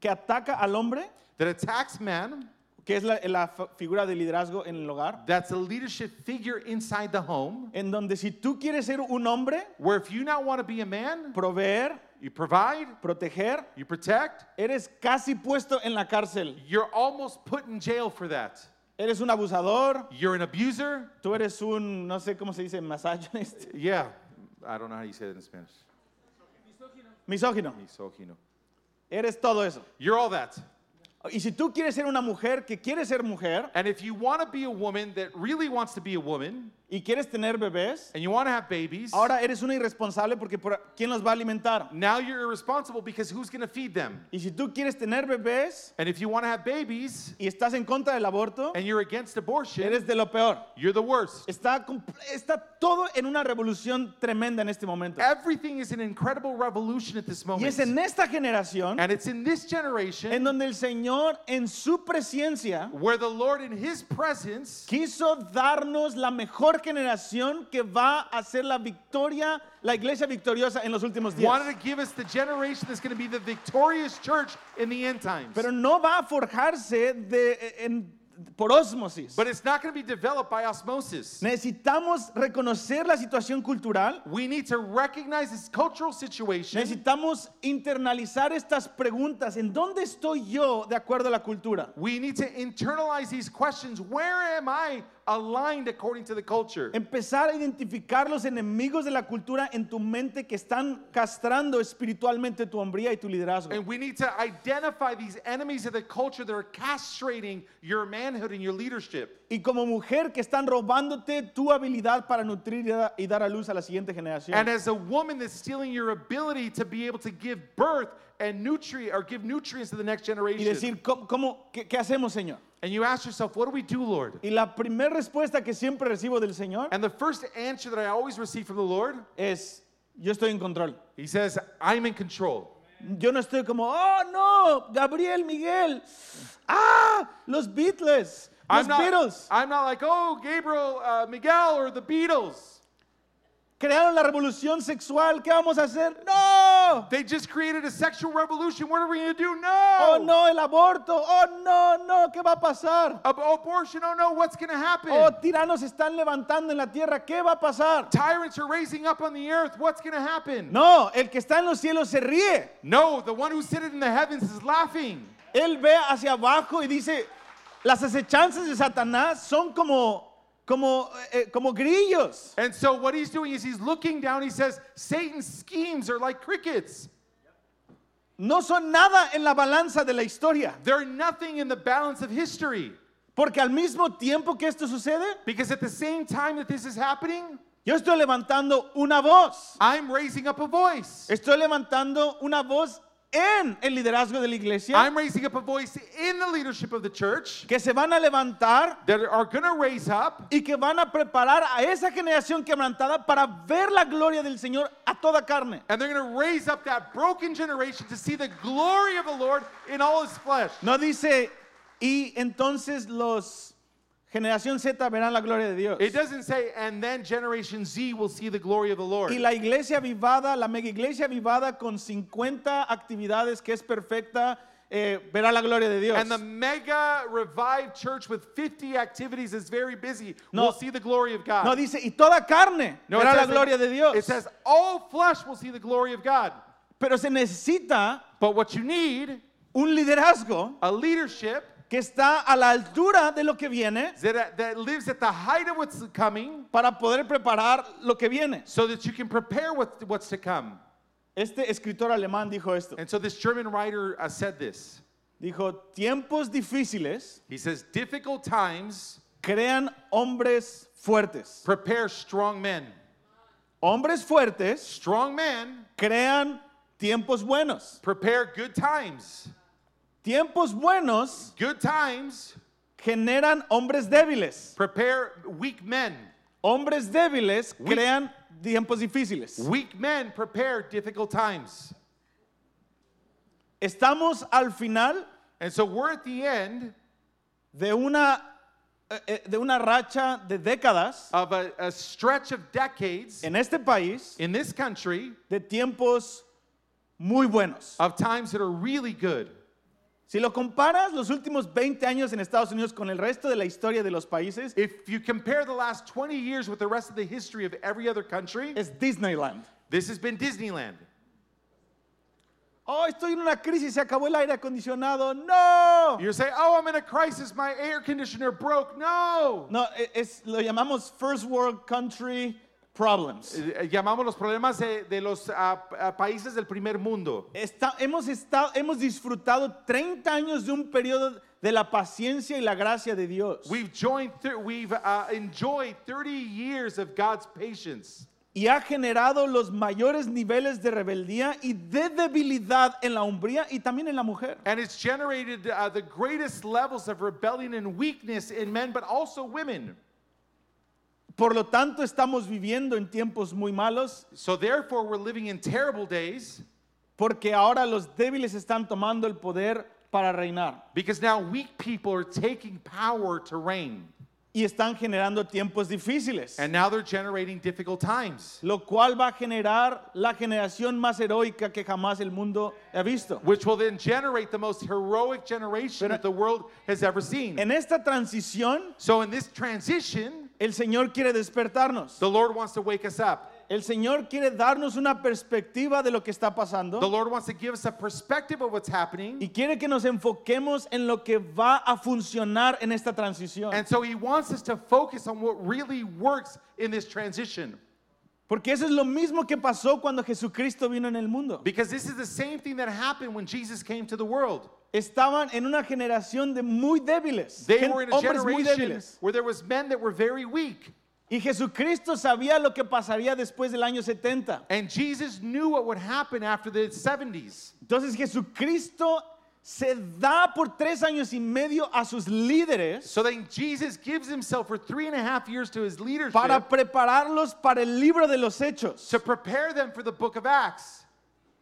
Speaker 1: que ataca al hombre,
Speaker 2: that attacks man,
Speaker 1: que es la, la fa- figura de liderazgo en el hogar,
Speaker 2: that's a leadership figure inside the home,
Speaker 1: en donde si tú quieres ser un hombre,
Speaker 2: where if you not want to be a man,
Speaker 1: proveer,
Speaker 2: you provide,
Speaker 1: proteger,
Speaker 2: you protect,
Speaker 1: eres casi puesto en la cárcel,
Speaker 2: you're almost put in jail for that.
Speaker 1: eres un abusador,
Speaker 2: You're an abuser.
Speaker 1: tú eres un, no sé cómo se dice, misogynist,
Speaker 2: Yeah, I don't know how you say that in Spanish.
Speaker 1: misógino,
Speaker 2: Misogino.
Speaker 1: eres todo eso.
Speaker 2: You're all that.
Speaker 1: Y si tú quieres ser una mujer que quiere ser mujer,
Speaker 2: And if you want to be a woman that really wants to be a woman
Speaker 1: y quieres tener bebés,
Speaker 2: and you want to have babies,
Speaker 1: ahora eres una irresponsable porque por- ¿quién los va a alimentar?
Speaker 2: now you're irresponsible because who's going to feed them?
Speaker 1: Y si tú quieres tener bebés
Speaker 2: And if you want to have babies
Speaker 1: y estás en contra del aborto,
Speaker 2: and you're against abortion,
Speaker 1: eres de lo peor.
Speaker 2: you're the worst.
Speaker 1: Está, com- está todo en una revolución tremenda en este momento.
Speaker 2: Everything is an incredible revolution at this
Speaker 1: Y
Speaker 2: moment.
Speaker 1: es en esta generación
Speaker 2: And it's in this generation
Speaker 1: en donde el Señor en su presencia
Speaker 2: where the Lord in his presence
Speaker 1: quiso darnos la mejor generación que va a ser la victoria, la iglesia victoriosa en los últimos días.
Speaker 2: wanted to give us the generation that's going to be the victorious church in the end times.
Speaker 1: Pero no va a forjarse de, en- por ósmosis.
Speaker 2: But it's not going to be developed by osmosis.
Speaker 1: Necesitamos reconocer la situación cultural.
Speaker 2: We need to recognize this cultural situation.
Speaker 1: Necesitamos internalizar estas preguntas. ¿En dónde estoy yo de acuerdo a la cultura?
Speaker 2: We need to internalize these questions. Where am I aligned according to the culture?
Speaker 1: Empezar a identificar los enemigos de la cultura en tu mente que están castrando espiritualmente tu hombría y tu liderazgo.
Speaker 2: And we need to identify these enemies of the culture that are castrating your manhood and your leadership.
Speaker 1: Y como mujer que están robándote tu habilidad para nutrir y da- y dar a luz a la siguiente
Speaker 2: And
Speaker 1: generación.
Speaker 2: as a woman that's stealing your ability to be able to give birth and nutri or give nutrients to the next
Speaker 1: Y
Speaker 2: generation.
Speaker 1: decir, ¿cómo, cómo- qué, qué hacemos, Señor?
Speaker 2: and you ask yourself, what do we do, Lord?
Speaker 1: Y la primera respuesta que siempre recibo del Señor
Speaker 2: And the first answer that I always receive from the Lord,
Speaker 1: es, yo estoy en control.
Speaker 2: he says, I'm in control.
Speaker 1: Yo no estoy como, oh no, Gabriel, Miguel, ah, los Beatles, los
Speaker 2: I'm not,
Speaker 1: Beatles,
Speaker 2: I'm not like, oh, Gabriel, uh, Miguel, or the Beatles.
Speaker 1: crearon la revolución sexual, ¿qué vamos a hacer? No,
Speaker 2: They just created a sexual revolution. What are we going to do? No.
Speaker 1: oh no, el aborto, oh no, no, ¿qué va a pasar?
Speaker 2: Ab- abortion. Oh, no. What's going to happen?
Speaker 1: Oh, tiranos se están levantando en la tierra, ¿qué va a pasar?
Speaker 2: Tyrants are raising up on the earth. What's going to happen?
Speaker 1: No, el que está en los cielos se ríe,
Speaker 2: No, the one who's sitting in the heavens is laughing.
Speaker 1: él ve hacia abajo y dice, las acechanzas de Satanás son como, como, eh, como grillos.
Speaker 2: And so what he's doing is he's looking down. He says, Satan's schemes are like crickets.
Speaker 1: no son nada en la balanza de la historia.
Speaker 2: They're nothing in the balance of history.
Speaker 1: Porque al mismo tiempo que esto sucede,
Speaker 2: Because at the same time that this is happening,
Speaker 1: yo estoy levantando una voz.
Speaker 2: I'm raising up a voice.
Speaker 1: Estoy levantando una voz en el liderazgo de la iglesia
Speaker 2: I'm raising up a voice in the leadership of the church
Speaker 1: que se van a levantar
Speaker 2: that are going to raise up
Speaker 1: y que van a preparar a esa generación quebrantada para ver la gloria del Señor a toda carne.
Speaker 2: and they're going to raise up that broken generation to see the glory of the Lord in all his flesh.
Speaker 1: No dice, y entonces los generación Z verán la gloria de Dios.
Speaker 2: It doesn't say, and then Generation Z will see the glory of the Lord.
Speaker 1: Y la iglesia avivada, la mega iglesia avivada con 50 actividades que es perfecta, eh, verá la gloria de Dios.
Speaker 2: And the mega revived church with 50 activities is very busy.
Speaker 1: No.
Speaker 2: We'll see the glory of God.
Speaker 1: No dice, y toda carne
Speaker 2: No, it
Speaker 1: verá la
Speaker 2: says-
Speaker 1: gloria de Dios.
Speaker 2: It says all flesh will see the glory of God.
Speaker 1: Pero se necesita
Speaker 2: But what you need,
Speaker 1: un liderazgo
Speaker 2: a leadership
Speaker 1: que está a la altura de lo que viene
Speaker 2: that, that lives at the height of what's coming
Speaker 1: para poder preparar lo que viene.
Speaker 2: so that you can prepare what, what's to come.
Speaker 1: Este escritor alemán dijo esto.
Speaker 2: And so this German writer uh, said this.
Speaker 1: Dijo, tiempos difíciles
Speaker 2: He says, difficult times
Speaker 1: crean hombres fuertes.
Speaker 2: prepare strong men.
Speaker 1: Hombres fuertes
Speaker 2: Strong men
Speaker 1: crean tiempos buenos.
Speaker 2: prepare good times.
Speaker 1: Tiempos buenos
Speaker 2: Good times
Speaker 1: generan hombres débiles.
Speaker 2: prepare weak men.
Speaker 1: Hombres débiles
Speaker 2: We-
Speaker 1: crean tiempos difíciles.
Speaker 2: Weak men prepare difficult times.
Speaker 1: Estamos al final
Speaker 2: And so we're at the end
Speaker 1: de una, eh, eh, de una racha de décadas
Speaker 2: of a, a stretch of decades
Speaker 1: en este país
Speaker 2: in this country
Speaker 1: de tiempos muy buenos.
Speaker 2: of times that are really good.
Speaker 1: Si lo comparas los últimos 20 años en Estados Unidos con el resto de la historia de los países,
Speaker 2: If you compare the last 20 years with the rest of the history of every other country,
Speaker 1: es Disneyland.
Speaker 2: this has been Disneyland.
Speaker 1: Oh, estoy en una crisis, se acabó el aire acondicionado. No.
Speaker 2: You're saying, oh, I'm in a crisis, my air conditioner broke. No.
Speaker 1: No, e- es, lo llamamos First World Country Problems.
Speaker 2: Eh, Llamamos los problemas de, de los ah, p- ah, países del primer mundo.
Speaker 1: Está- hemos, estado, hemos disfrutado 30 años de un periodo de la paciencia y la gracia de Dios.
Speaker 2: We've, joined thir- we've uh, enjoyed 30 years of God's patience.
Speaker 1: y ha generado los mayores niveles de rebeldía y de debilidad en la hombría y también en la mujer.
Speaker 2: And it's generated uh, the greatest levels of rebellion and weakness in men, but also women.
Speaker 1: Por lo tanto, estamos viviendo en tiempos muy malos
Speaker 2: So, therefore, we're living in terrible days
Speaker 1: porque ahora los débiles están tomando el poder para reinar
Speaker 2: because now weak people are taking power to reign.
Speaker 1: y están generando tiempos difíciles,
Speaker 2: And now they're generating difficult times,
Speaker 1: lo cual va a generar la generación más heroica que jamás el mundo ha visto.
Speaker 2: which will then generate the most heroic generation that the world has ever seen.
Speaker 1: En esta transición
Speaker 2: So, in this transition,
Speaker 1: El Señor quiere despertarnos.
Speaker 2: the Lord wants to wake us up.
Speaker 1: El Señor quiere darnos una perspectiva de lo que está
Speaker 2: The
Speaker 1: pasando
Speaker 2: Lord wants to give us a perspective of what's happening.
Speaker 1: y quiere que nos enfoquemos en lo que va a funcionar en esta transición.
Speaker 2: And so, He wants us to focus on what really works in this transition.
Speaker 1: Porque eso es lo mismo que pasó cuando Jesucristo vino en el mundo.
Speaker 2: Because this is the same thing that happened when Jesus came to the world.
Speaker 1: Estaban en una generación de muy débiles,
Speaker 2: They
Speaker 1: gen-
Speaker 2: were in a
Speaker 1: hombres muy
Speaker 2: generation
Speaker 1: débiles.
Speaker 2: where there was men that were very weak.
Speaker 1: Y Jesucristo sabía lo que pasaría después del año 70.
Speaker 2: And Jesus knew what would happen after the 70s.
Speaker 1: Entonces Jesucristo se da por tres años y medio a sus líderes
Speaker 2: So then Jesus gives himself for three and a half years to his leadership
Speaker 1: para prepararlos para el libro de los hechos,
Speaker 2: to prepare them for the book of Acts,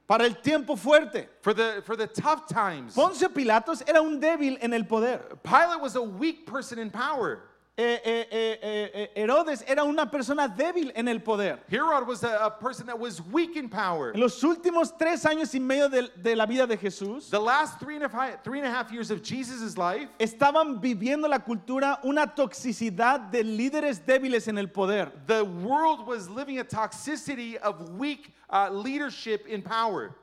Speaker 1: para el tiempo fuerte.
Speaker 2: for the, for the tough times.
Speaker 1: Poncio Pilatos era un débil en el poder.
Speaker 2: Pilate was a weak person in power.
Speaker 1: Eh, eh, eh, eh, eh, Herodes era una persona débil en el poder.
Speaker 2: Herod was a, a person that was weak in power.
Speaker 1: En los últimos tres años y medio de, de la vida de Jesús,
Speaker 2: The last three and a fi- three and a half years of Jesus' life,
Speaker 1: estaban viviendo la cultura una toxicidad de líderes débiles en el poder.
Speaker 2: the world was living a toxicity of weak uh, leadership in power.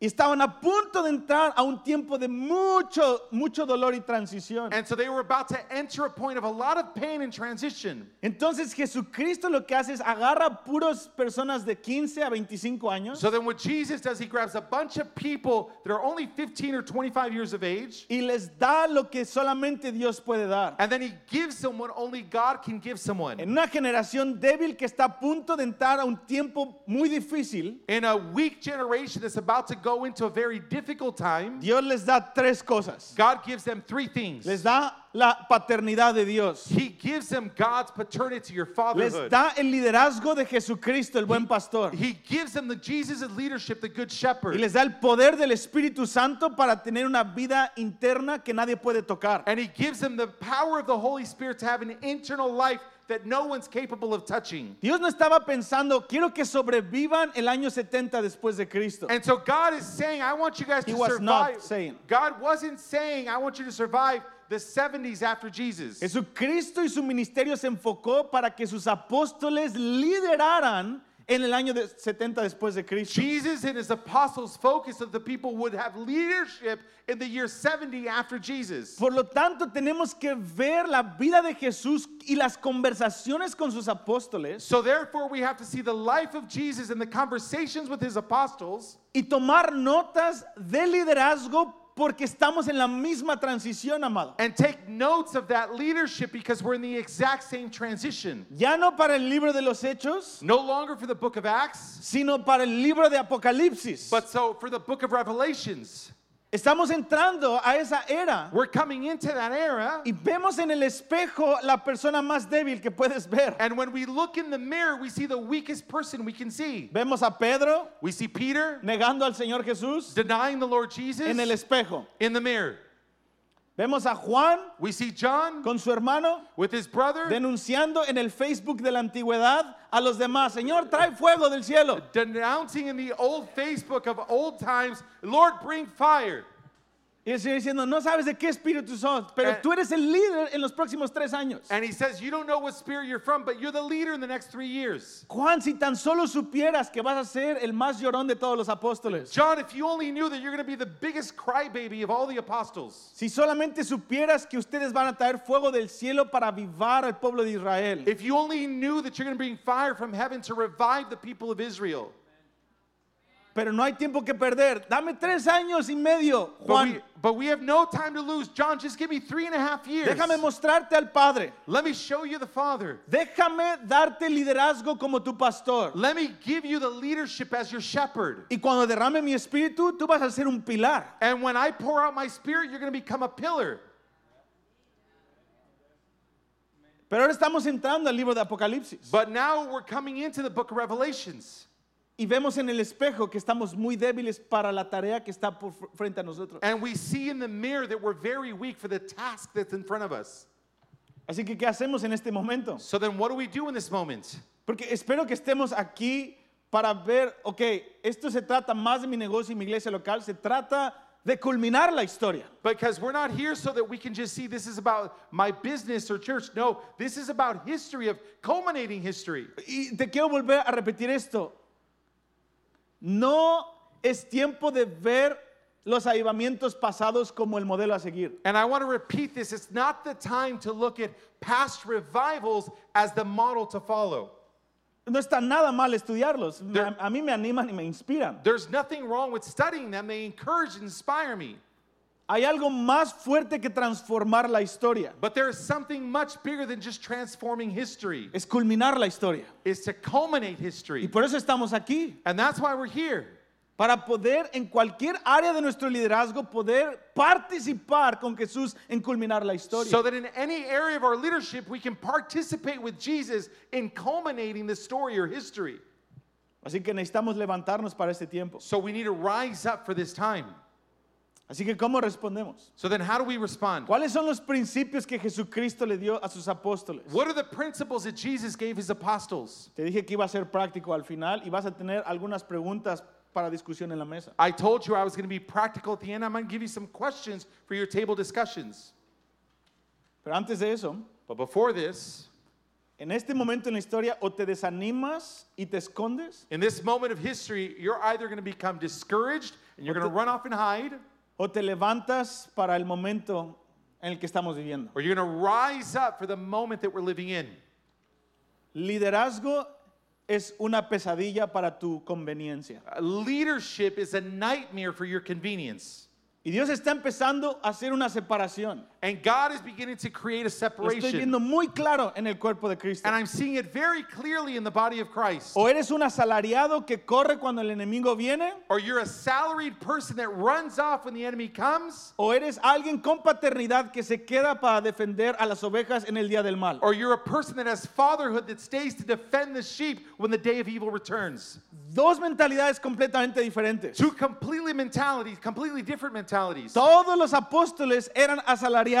Speaker 1: Y estaban a punto de entrar a un tiempo de mucho, mucho dolor y transición.
Speaker 2: And so they were about to enter a point of a lot of pain and transition.
Speaker 1: Entonces Jesucristo lo que hace es agarra puros personas de 15 a 25 años
Speaker 2: So then what Jesus does, he grabs a bunch of people that are only 15 or 25 years of age,
Speaker 1: y les da lo que solamente Dios puede dar.
Speaker 2: and then he gives them what only God can give someone.
Speaker 1: En una generación débil que está a punto de entrar a un tiempo muy difícil,
Speaker 2: In a weak generation that's about to go into a very difficult time,
Speaker 1: Dios les da tres cosas.
Speaker 2: God gives them three things.
Speaker 1: Les da la paternidad de Dios.
Speaker 2: He gives them God's paternity or
Speaker 1: Les
Speaker 2: fatherhood.
Speaker 1: da el liderazgo de Jesucristo, el buen pastor.
Speaker 2: He gives them the Jesus' leadership, the good
Speaker 1: Y
Speaker 2: shepherd.
Speaker 1: les da el poder del Espíritu Santo para tener una vida interna que nadie puede tocar.
Speaker 2: And he gives them the power of the Holy Spirit to have an internal life that no one's capable of touching.
Speaker 1: Dios no estaba pensando, quiero que sobrevivan el año 70 después de Cristo.
Speaker 2: And so God is saying, I want you guys
Speaker 1: He
Speaker 2: to
Speaker 1: was not
Speaker 2: survive.
Speaker 1: saying.
Speaker 2: God wasn't saying, I want you to survive the 70s after Jesus.
Speaker 1: Jesucristo y su ministerio se enfocó para que sus apóstoles lideraran en el año de 70 después de Cristo.
Speaker 2: Jesus and his apostles' focus of the people would have leadership in the year 70 after Jesus.
Speaker 1: Por lo tanto, tenemos que ver la vida de Jesús y las conversaciones con sus apóstoles
Speaker 2: So therefore, we have to see the life of Jesus and the conversations with his apostles.
Speaker 1: y tomar notas de liderazgo porque estamos en la misma transición, amado.
Speaker 2: and take notes of that leadership because we're in the exact same transition.
Speaker 1: Ya no para el libro de los hechos,
Speaker 2: No longer for the book of Acts,
Speaker 1: sino para el libro de Apocalipsis.
Speaker 2: but so for the book of Revelations.
Speaker 1: Estamos entrando a esa era
Speaker 2: We're coming into that era,
Speaker 1: y vemos en el espejo la persona más débil que puedes ver.
Speaker 2: and when we look in the mirror, we see the weakest person we can see.
Speaker 1: Vemos a Pedro
Speaker 2: We see Peter
Speaker 1: negando al Señor Jesús
Speaker 2: denying the Lord Jesus
Speaker 1: en el espejo.
Speaker 2: in the mirror.
Speaker 1: Vemos a Juan
Speaker 2: We see John
Speaker 1: con su hermano
Speaker 2: with his brother
Speaker 1: denunciando en el Facebook de la antigüedad a los demás. Señor, trae fuego del cielo.
Speaker 2: denouncing in the old Facebook of old times, Lord, bring fire.
Speaker 1: Y el Señor diciendo, no sabes de qué espíritu sos, pero
Speaker 2: Eh.
Speaker 1: tú eres el líder en los próximos tres años.
Speaker 2: And he says, You don't know what spirit you're from, but you're the leader in the next three years.
Speaker 1: Juan, si tan solo supieras que vas a ser el más llorón de todos los apóstoles.
Speaker 2: John, if you only knew that you're going to be the biggest crybaby of all the apostles,
Speaker 1: Si solamente supieras que ustedes van a traer fuego del cielo para avivar al pueblo de Israel.
Speaker 2: if you only knew that you're going to bring fire from heaven to revive the people of Israel.
Speaker 1: Pero no hay tiempo que perder. Dame tres años y medio,
Speaker 2: But we,
Speaker 1: Juan.
Speaker 2: but we have no time to lose. John, just give me three and a half years.
Speaker 1: Déjame mostrarte al Padre.
Speaker 2: Let me show you the Father.
Speaker 1: Déjame darte liderazgo como tu pastor.
Speaker 2: Let me give you the leadership as your shepherd.
Speaker 1: Y cuando derrame mi espíritu, tú vas a ser un pilar.
Speaker 2: And when I pour out my spirit, you're going to become a pillar.
Speaker 1: Pero ahora estamos entrando al libro de Apocalipsis.
Speaker 2: But now we're coming into the book of Revelations.
Speaker 1: Y vemos en el espejo que estamos muy débiles para la tarea que está por fr- frente a nosotros.
Speaker 2: And we see in the mirror that we're very weak for the task that's in front of us.
Speaker 1: Así que, ¿qué hacemos en este momento?
Speaker 2: So then, what do we do in this moment?
Speaker 1: Porque espero que estemos aquí para ver, ok, esto se trata más de mi negocio y mi iglesia local, se trata de culminar la historia.
Speaker 2: Because we're not here so that we can just see this is about my business or church. No, this is about history of culminating history.
Speaker 1: Y te quiero volver a repetir esto. No es tiempo de ver los avivamientos pasados como el modelo a seguir.
Speaker 2: And I want to repeat this it's not the time to look at past revivals as the model to follow.
Speaker 1: No está nada mal estudiarlos. Me-
Speaker 2: There-
Speaker 1: a mí me animan y me inspiran.
Speaker 2: There's nothing wrong with studying them, they encourage and inspire me.
Speaker 1: Hay algo más fuerte que transformar la historia.
Speaker 2: But there is something much bigger than just transforming history,
Speaker 1: Es culminar la historia.
Speaker 2: it's to culminate
Speaker 1: Y
Speaker 2: history.
Speaker 1: por eso estamos aquí.
Speaker 2: And that's why we're here.
Speaker 1: Para poder en cualquier área de nuestro liderazgo, poder participar con Jesús en culminar la historia.
Speaker 2: So that in any area of our leadership, we can participate with Jesus in culminating the story or history.
Speaker 1: Así que necesitamos levantarnos para este tiempo.
Speaker 2: So we need to rise up for this time.
Speaker 1: Así que, ¿cómo respondemos?
Speaker 2: So then, how do we respond?
Speaker 1: ¿Cuáles son los principios que Jesucristo le dio a sus apóstoles?
Speaker 2: What are the principles that Jesus gave his apostles?
Speaker 1: Te dije que iba a ser práctico al final y vas a tener algunas preguntas para discusión en la mesa.
Speaker 2: I told you I was going to be practical at the end. I'm going to give you some questions for your table discussions.
Speaker 1: Pero antes de eso,
Speaker 2: But before this,
Speaker 1: en En este momento en la historia, o te desanimas y te escondes,
Speaker 2: In this moment of history, you're either going to become discouraged and you're going to run off and hide,
Speaker 1: o te levantas para el momento en el que estamos viviendo.
Speaker 2: or you're going to rise up for the moment that we're living in.
Speaker 1: Liderazgo es una pesadilla para tu conveniencia.
Speaker 2: Uh, Leadership is a nightmare for your convenience.
Speaker 1: Y Dios está empezando a hacer una separación.
Speaker 2: And God is beginning to create a
Speaker 1: Lo estoy
Speaker 2: separation.
Speaker 1: viendo muy claro en el cuerpo de Cristo.
Speaker 2: And I'm seeing it very clearly in the body of Christ.
Speaker 1: O eres un asalariado que corre cuando el enemigo viene,
Speaker 2: Or you're a salaried person that runs off when the enemy comes,
Speaker 1: o eres alguien con paternidad que se queda para defender a las ovejas en el día del mal.
Speaker 2: or you're a person that has fatherhood that stays to defend the sheep when the day of evil returns.
Speaker 1: Dos mentalidades completamente diferentes.
Speaker 2: Two completely mentalities, completely different mentalities.
Speaker 1: Todos los apóstoles eran asalariados.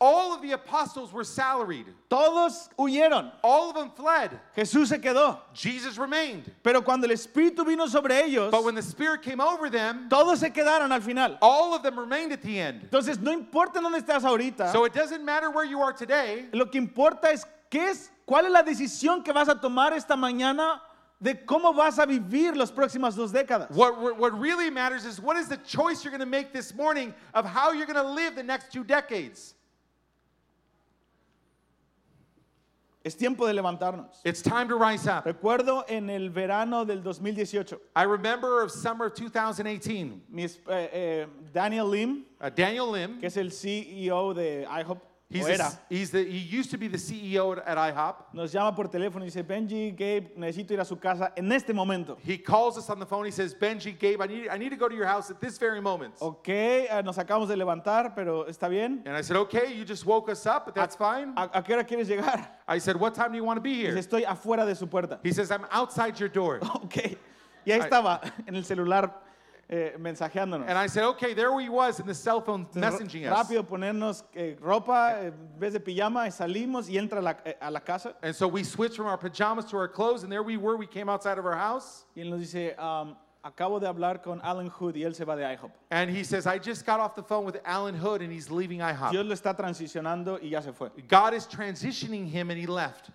Speaker 2: All of the apostles were salaried.
Speaker 1: Todos huyeron.
Speaker 2: All of them fled.
Speaker 1: Jesús se quedó.
Speaker 2: Jesus remained.
Speaker 1: Pero cuando el Espíritu vino sobre ellos,
Speaker 2: But when the Spirit came over them,
Speaker 1: todos se quedaron al final.
Speaker 2: all of them remained at the end.
Speaker 1: Entonces, no importa dónde estás ahorita,
Speaker 2: So it doesn't matter where you are today.
Speaker 1: lo que importa es qué es, cuál es la decisión que vas a tomar esta mañana de cómo vas a vivir las próximas dos décadas.
Speaker 2: What, what- what really matters is what is the choice you're going to make this morning of how you're going to live the next two decades.
Speaker 1: Es tiempo de levantarnos.
Speaker 2: It's time to rise up.
Speaker 1: Recuerdo en el verano del 2018,
Speaker 2: I remember of summer of 2018,
Speaker 1: mi es- eh, eh, Daniel Lim,
Speaker 2: uh, Daniel Lim,
Speaker 1: que es el CEO de IHOP,
Speaker 2: he's,
Speaker 1: o
Speaker 2: the-
Speaker 1: era,
Speaker 2: he's the, he used to be the CEO at, at IHOP.
Speaker 1: nos llama por teléfono y dice, Benji, Gabe, necesito ir a su casa en este momento.
Speaker 2: He calls us on the phone. He says, Benji, Gabe, I need, I need to go to your house at this very moment.
Speaker 1: Ok, eh, nos acabamos de levantar, pero está bien.
Speaker 2: And I said, okay, you just woke us up, but that's
Speaker 1: Ah,
Speaker 2: fine.
Speaker 1: ¿A, a qué hora quieres llegar?
Speaker 2: I said, what time do you want to be
Speaker 1: Dice,
Speaker 2: here?
Speaker 1: estoy afuera de su puerta.
Speaker 2: He says, I'm outside your door.
Speaker 1: Ok. Y ahí estaba en el celular eh, mensajeándonos.
Speaker 2: And I said, okay, there he was in the cell phone
Speaker 1: Entonces,
Speaker 2: messaging
Speaker 1: ro-
Speaker 2: us.
Speaker 1: Rápido ponernos eh, ropa, eh, en vez de pijama, y salimos y entra a la, eh, a la casa.
Speaker 2: And so we switched from our pajamas to our clothes, and there we were. We came outside of our house,
Speaker 1: Y él nos dice, um, acabo de hablar con Alan Hood y él se va de IHOP.
Speaker 2: and he says, I just got off the phone with Alan Hood, and he's leaving IHOP.
Speaker 1: Dios lo está transicionando y ya se fue.
Speaker 2: God is transitioning him, and he left.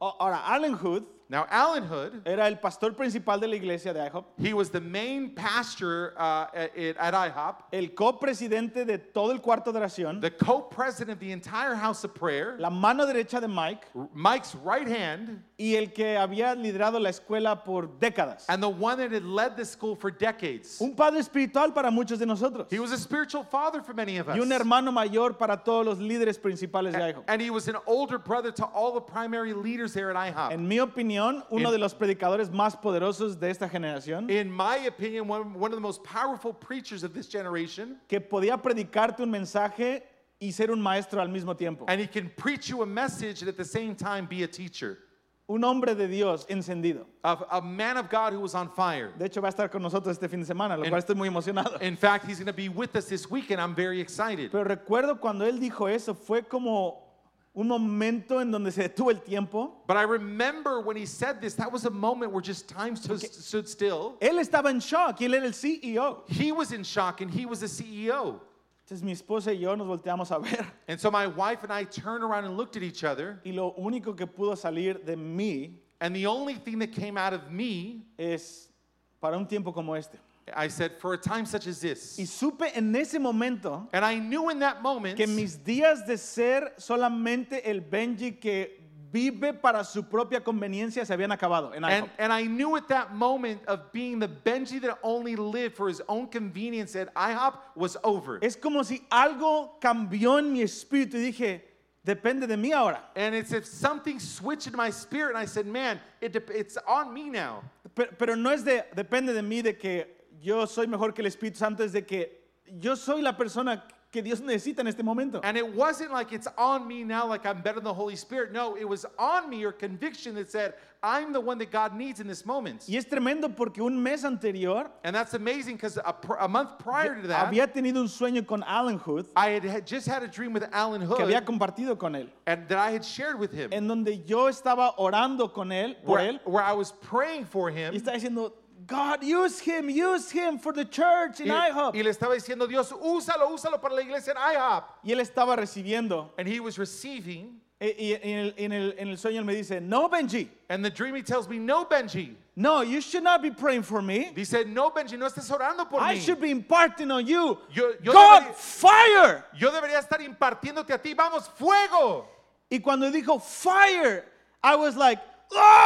Speaker 1: O- ahora, Alan Hood
Speaker 2: Now, Alan Hood,
Speaker 1: era el pastor principal de la iglesia de IHOP,
Speaker 2: he was the main pastor uh, at, at IHOP,
Speaker 1: el copresidente de todo el cuarto de oración,
Speaker 2: the co president of the entire House of Prayer,
Speaker 1: la mano derecha de Mike
Speaker 2: Mike's right hand,
Speaker 1: y el que había liderado la escuela por décadas.
Speaker 2: and the one that had led the school for decades.
Speaker 1: Un padre espiritual para muchos de nosotros.
Speaker 2: He was a spiritual father for many of us.
Speaker 1: y un hermano mayor para todos los líderes principales de IHOP.
Speaker 2: And he was an older brother to all the primary leaders there at IHOP.
Speaker 1: En mi opinión, uno
Speaker 2: En-
Speaker 1: de los predicadores más poderosos de esta generación,
Speaker 2: in my opinion, one, one of the most powerful preachers of this generation.
Speaker 1: que podía predicarte un mensaje y ser un maestro al mismo tiempo.
Speaker 2: And he can preach you a message and at the same time be a teacher.
Speaker 1: Un hombre de Dios encendido.
Speaker 2: A, a man of God who was on fire.
Speaker 1: De hecho, va a estar con nosotros este fin de semana, lo
Speaker 2: En-
Speaker 1: cual estoy muy emocionado.
Speaker 2: In fact, he's going to be with us this weekend. I'm very excited.
Speaker 1: Pero recuerdo cuando él dijo eso, fue como un momento en donde se detuvo el tiempo.
Speaker 2: But I remember when he said this, that was a moment where just time stood, stood still.
Speaker 1: Él estaba en shock, y él era el E CEO.
Speaker 2: He was in shock and he was the CEO.
Speaker 1: Entonces mi esposa y yo nos volteamos a ver
Speaker 2: And so my wife and I turned around and looked at each other.
Speaker 1: y lo único que pudo salir de mí
Speaker 2: And the only thing that came out of me,
Speaker 1: es para un tiempo como este.
Speaker 2: I said, for a time such as this.
Speaker 1: Y supe en ese momento
Speaker 2: And I knew in that moment
Speaker 1: que mis días de ser solamente el Benji que vive para su propia conveniencia se habían acabado en
Speaker 2: And,
Speaker 1: IHOP.
Speaker 2: and I knew at that moment of being the Benji that only lived for his own convenience at IHOP was over.
Speaker 1: Es como si algo cambió en mi espíritu y dije, depende de mí ahora.
Speaker 2: And it's if something switched in my spirit, and I said, man, it dep it's on me now.
Speaker 1: Pero, pero no es de, depende de mí de que yo soy mejor que el Espíritu Santo, es de que yo soy la persona que Dios necesita en este momento.
Speaker 2: And it wasn't like it's on me now, like I'm better than the Holy Spirit. No, it was on me, your conviction that said, I'm the one that God needs in this moment.
Speaker 1: Y es tremendo porque un mes anterior
Speaker 2: And that's amazing because a, pr- a month prior to that,
Speaker 1: había tenido un sueño con Alan Hood
Speaker 2: I had, had just had a dream with Alan
Speaker 1: que
Speaker 2: Hood
Speaker 1: había compartido con él,
Speaker 2: and that I had shared with him,
Speaker 1: en donde yo estaba orando con él, por
Speaker 2: where,
Speaker 1: él,
Speaker 2: where I was praying for him.
Speaker 1: y estaba diciendo, God, use him, use him for the church in IHOP.
Speaker 2: Y, y le estaba diciendo, Dios, úsalo, úsalo para la iglesia en IHOP.
Speaker 1: Y él estaba recibiendo
Speaker 2: And he was receiving
Speaker 1: E- Y en el, en el- en el sueño él me dice, no, Benji,
Speaker 2: And the dream, he tells me, No, Benji.
Speaker 1: no, you should not be praying for me.
Speaker 2: He said, No, Benji, no estés orando por
Speaker 1: I
Speaker 2: mí.
Speaker 1: should be imparting on you.
Speaker 2: Yo- yo
Speaker 1: God,
Speaker 2: debería-
Speaker 1: fire.
Speaker 2: Yo debería estar impartiéndote a ti. Vamos, fuego.
Speaker 1: Y cuando dijo fire, I was like,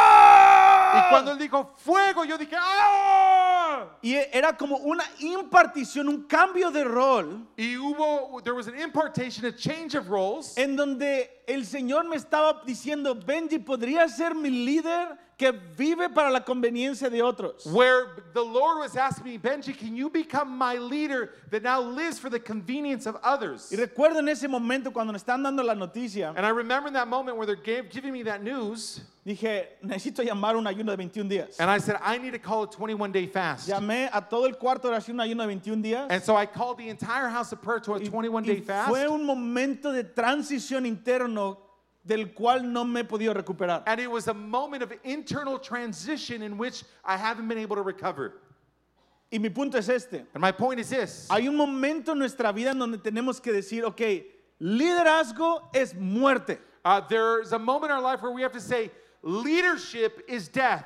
Speaker 2: Y cuando
Speaker 1: "Ah".
Speaker 2: él dijo fuego, yo dije, ¡ah!
Speaker 1: Y e- era como una impartición, un cambio de rol,
Speaker 2: Y hubo, there was an impartation, a change of roles.
Speaker 1: en donde el Señor me estaba diciendo, Benji, ¿podría ser mi líder que vive para la conveniencia de otros?
Speaker 2: Where the Lord was asking me, Benji, can you become my leader that now lives for the convenience of others?
Speaker 1: Y recuerdo en ese momento cuando me están dando la noticia,
Speaker 2: And I remember in that moment where they're gave, giving me that news,
Speaker 1: dije, necesito llamar un ayuno de 21 días.
Speaker 2: and I said, I need to call a 21 day fast.
Speaker 1: Llamé a todo el cuarto de oración un ayuno de 21 días.
Speaker 2: And so I called the entire house of prayer to a
Speaker 1: Y-
Speaker 2: 21
Speaker 1: y
Speaker 2: day fast.
Speaker 1: Fue un momento de transición interno del cual no me he podido recuperar.
Speaker 2: And it was a moment of internal transition in which I haven't been able to recover.
Speaker 1: Y mi punto es este.
Speaker 2: And my point is this
Speaker 1: Hay un momento en nuestra vida en donde tenemos que decir, ok, liderazgo es muerte,
Speaker 2: uh, there's a moment in our life where we have to say, leadership is death,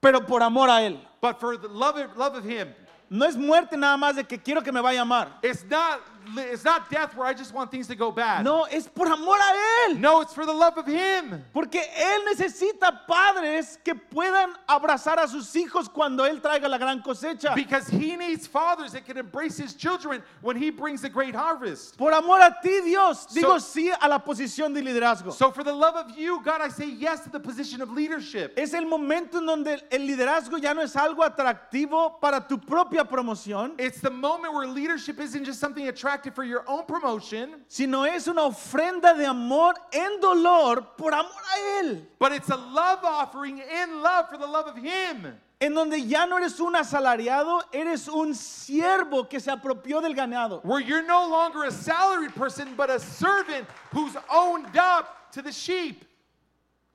Speaker 1: pero por amor a Él.
Speaker 2: but for the love of, love of Him.
Speaker 1: No es muerte nada más de que quiero que me vaya a amar.
Speaker 2: It's not, it's not death where I just want things to go bad.
Speaker 1: No, es por amor a Él.
Speaker 2: No, it's for the love of Him.
Speaker 1: Porque Él necesita padres que puedan abrazar a sus hijos cuando Él traiga la gran cosecha.
Speaker 2: Because He needs fathers that can embrace His children when He brings the great harvest.
Speaker 1: Por amor a ti, Dios, digo
Speaker 2: So-
Speaker 1: sí a la posición de liderazgo.
Speaker 2: So, for the love of you, God, I say yes to the position of leadership.
Speaker 1: Es el momento en donde el liderazgo ya no es algo atractivo para tu propia promoción,
Speaker 2: It's the moment where leadership isn't just something attractive for your own promotion.
Speaker 1: sino es una ofrenda de amor en dolor por amor a Él.
Speaker 2: But it's a love offering in love for the love of Him.
Speaker 1: En donde ya no eres un asalariado, eres un siervo que se apropió del ganado.
Speaker 2: Where you're no longer a salaried person, but a servant who's owned up to the sheep.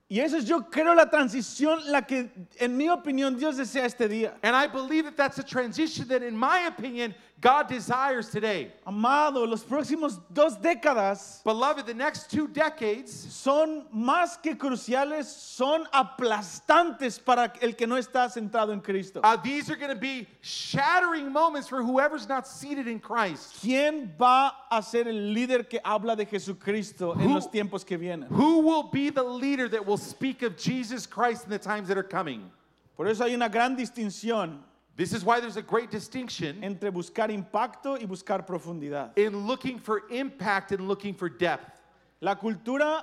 Speaker 1: Y eso es yo creo la transición, la que en mi opinión Dios desea este día.
Speaker 2: And I believe that that's a transition that, in my opinion, God desires today.
Speaker 1: Amado, los próximos dos décadas
Speaker 2: Beloved, the next two decades
Speaker 1: son más que cruciales, son aplastantes para el que no está centrado en Cristo.
Speaker 2: Uh, these are going to be shattering moments for whoever's not seated in Christ.
Speaker 1: ¿Quién va a ser el líder que habla de Jesucristo en
Speaker 2: Who-
Speaker 1: los tiempos que vienen?
Speaker 2: Who will be the leader that will speak of Jesus Christ in the times that are coming?
Speaker 1: Por eso hay una gran distinción
Speaker 2: This is why there's a great distinction
Speaker 1: entre buscar impacto y buscar profundidad.
Speaker 2: in looking for impact and looking for depth.
Speaker 1: La cultura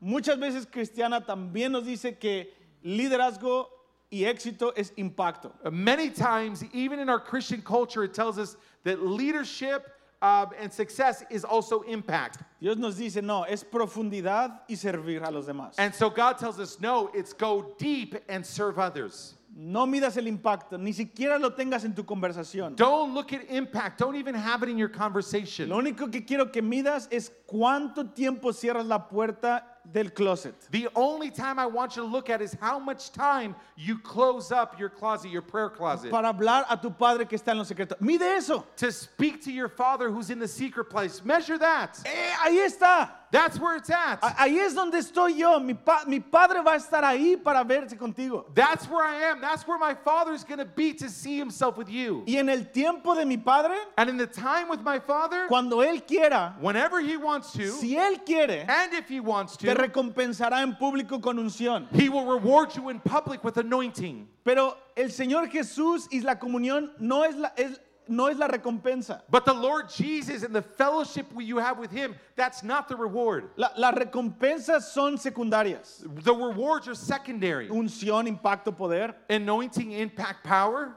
Speaker 1: muchas veces cristiana también nos dice que liderazgo y éxito es impacto.
Speaker 2: Uh, Many times, even in our Christian culture, it tells us that leadership um, and success is also impact.
Speaker 1: Dios nos dice, no, es profundidad y servir a los demás.
Speaker 2: And so God tells us, no, it's go deep and serve others.
Speaker 1: No midas el impacto, ni siquiera lo tengas en tu conversación.
Speaker 2: Don't look at impact. Don't even have it in your conversation.
Speaker 1: Lo único que quiero que midas es cuánto tiempo cierras la puerta del closet.
Speaker 2: The only time I want you to look at is how much time you close up your closet, your prayer closet,
Speaker 1: para hablar a tu padre que está en los secretos. Mide eso.
Speaker 2: to speak to your father who's in the secret place. Measure that.
Speaker 1: Eh, ahí está.
Speaker 2: That's where it's at.
Speaker 1: A- ahí es donde estoy yo. Mi, pa- mi padre va a estar ahí para verse contigo.
Speaker 2: That's where I am. That's where my father's going to be to see himself with you.
Speaker 1: Y en el tiempo de mi padre,
Speaker 2: And in the time with my father,
Speaker 1: cuando él quiera,
Speaker 2: whenever he wants to,
Speaker 1: si él quiere,
Speaker 2: and if he wants
Speaker 1: te
Speaker 2: to,
Speaker 1: recompensará en público con unción.
Speaker 2: he will reward you in public with anointing.
Speaker 1: Pero el Señor Jesús y la comunión no es la, es- no es la recompensa.
Speaker 2: But the Lord Jesus and the fellowship we- you have with him, that's not the reward.
Speaker 1: La- las recompensas son secundarias.
Speaker 2: The rewards are secondary.
Speaker 1: Unción, impacto, poder.
Speaker 2: anointing, impact, power.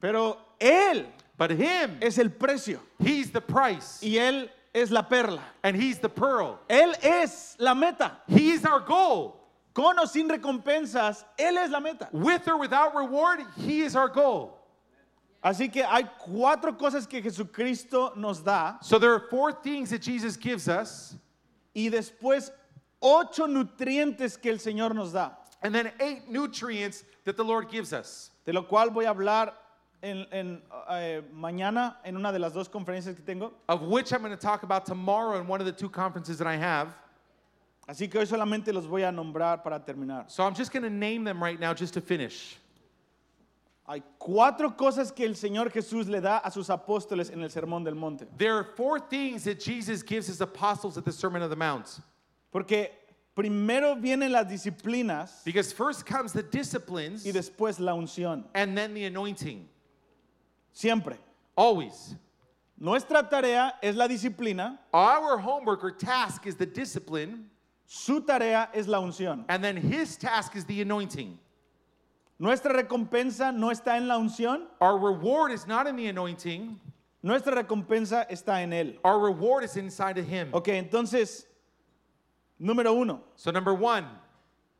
Speaker 1: Pero Él
Speaker 2: But him,
Speaker 1: es el precio
Speaker 2: he's the price
Speaker 1: y Él es la perla.
Speaker 2: and he's the pearl.
Speaker 1: Él es la meta.
Speaker 2: He's our goal.
Speaker 1: Con o sin recompensas, Él es la meta.
Speaker 2: With or without reward, he is our goal.
Speaker 1: Así que hay cuatro cosas que Jesucristo nos da
Speaker 2: So there are four things that Jesus gives us,
Speaker 1: y después ocho nutrientes que el Señor nos da,
Speaker 2: and then eight nutrients that the Lord gives us.
Speaker 1: de lo cual voy a hablar en, en, eh, mañana en una de las dos conferencias que tengo.
Speaker 2: Of which I'm going to talk about tomorrow in one of the two conferences that I have.
Speaker 1: Así que hoy solamente los voy a nombrar para terminar.
Speaker 2: So I'm just going to name them right now just to finish.
Speaker 1: Hay cuatro cosas que el Señor Jesús le da a sus apóstoles en el Sermón del Monte.
Speaker 2: There are four things that Jesus gives his apostles at the Sermon on the Mount.
Speaker 1: Porque primero vienen las disciplinas
Speaker 2: Because first comes the disciplines
Speaker 1: y después la unción.
Speaker 2: and then the anointing.
Speaker 1: Siempre.
Speaker 2: Always.
Speaker 1: Nuestra tarea es la disciplina,
Speaker 2: Our homework or task is the discipline,
Speaker 1: su tarea es la unción.
Speaker 2: and then his task is the anointing.
Speaker 1: Nuestra recompensa no está en la unción,
Speaker 2: Our reward is not in the anointing,
Speaker 1: nuestra recompensa está en Él.
Speaker 2: our reward is inside of him.
Speaker 1: Ok, entonces, número uno,
Speaker 2: So, number one,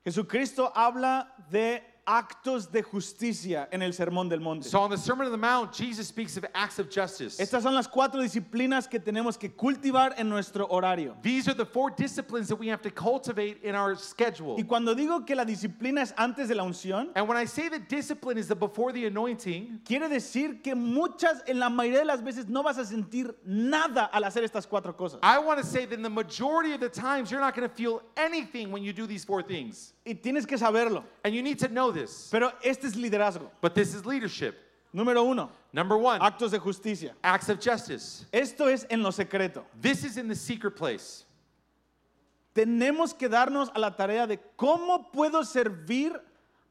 Speaker 1: Jesucristo habla de actos de justicia en el Sermón del Monte.
Speaker 2: so on the Sermon on the Mount, Jesus speaks of acts of justice.
Speaker 1: Estas son las cuatro disciplinas que tenemos que cultivar en nuestro horario.
Speaker 2: These are the four disciplines that we have to cultivate in our schedule.
Speaker 1: Y cuando digo que la disciplina es antes de la unción,
Speaker 2: And when I say that discipline is the before the anointing,
Speaker 1: quiere decir que muchas, en la mayoría de las veces, no vas a sentir nada al hacer estas cuatro cosas.
Speaker 2: I want to say that in the majority of the times, you're not going to feel anything when you do these four things.
Speaker 1: Y tienes que saberlo.
Speaker 2: And you need to know this.
Speaker 1: Pero este es liderazgo.
Speaker 2: But this is leadership.
Speaker 1: Número uno,
Speaker 2: Number one,
Speaker 1: actos de justicia.
Speaker 2: acts of justice.
Speaker 1: Esto es en lo secreto.
Speaker 2: This is in the secret place.
Speaker 1: Tenemos que darnos a la tarea de cómo puedo servir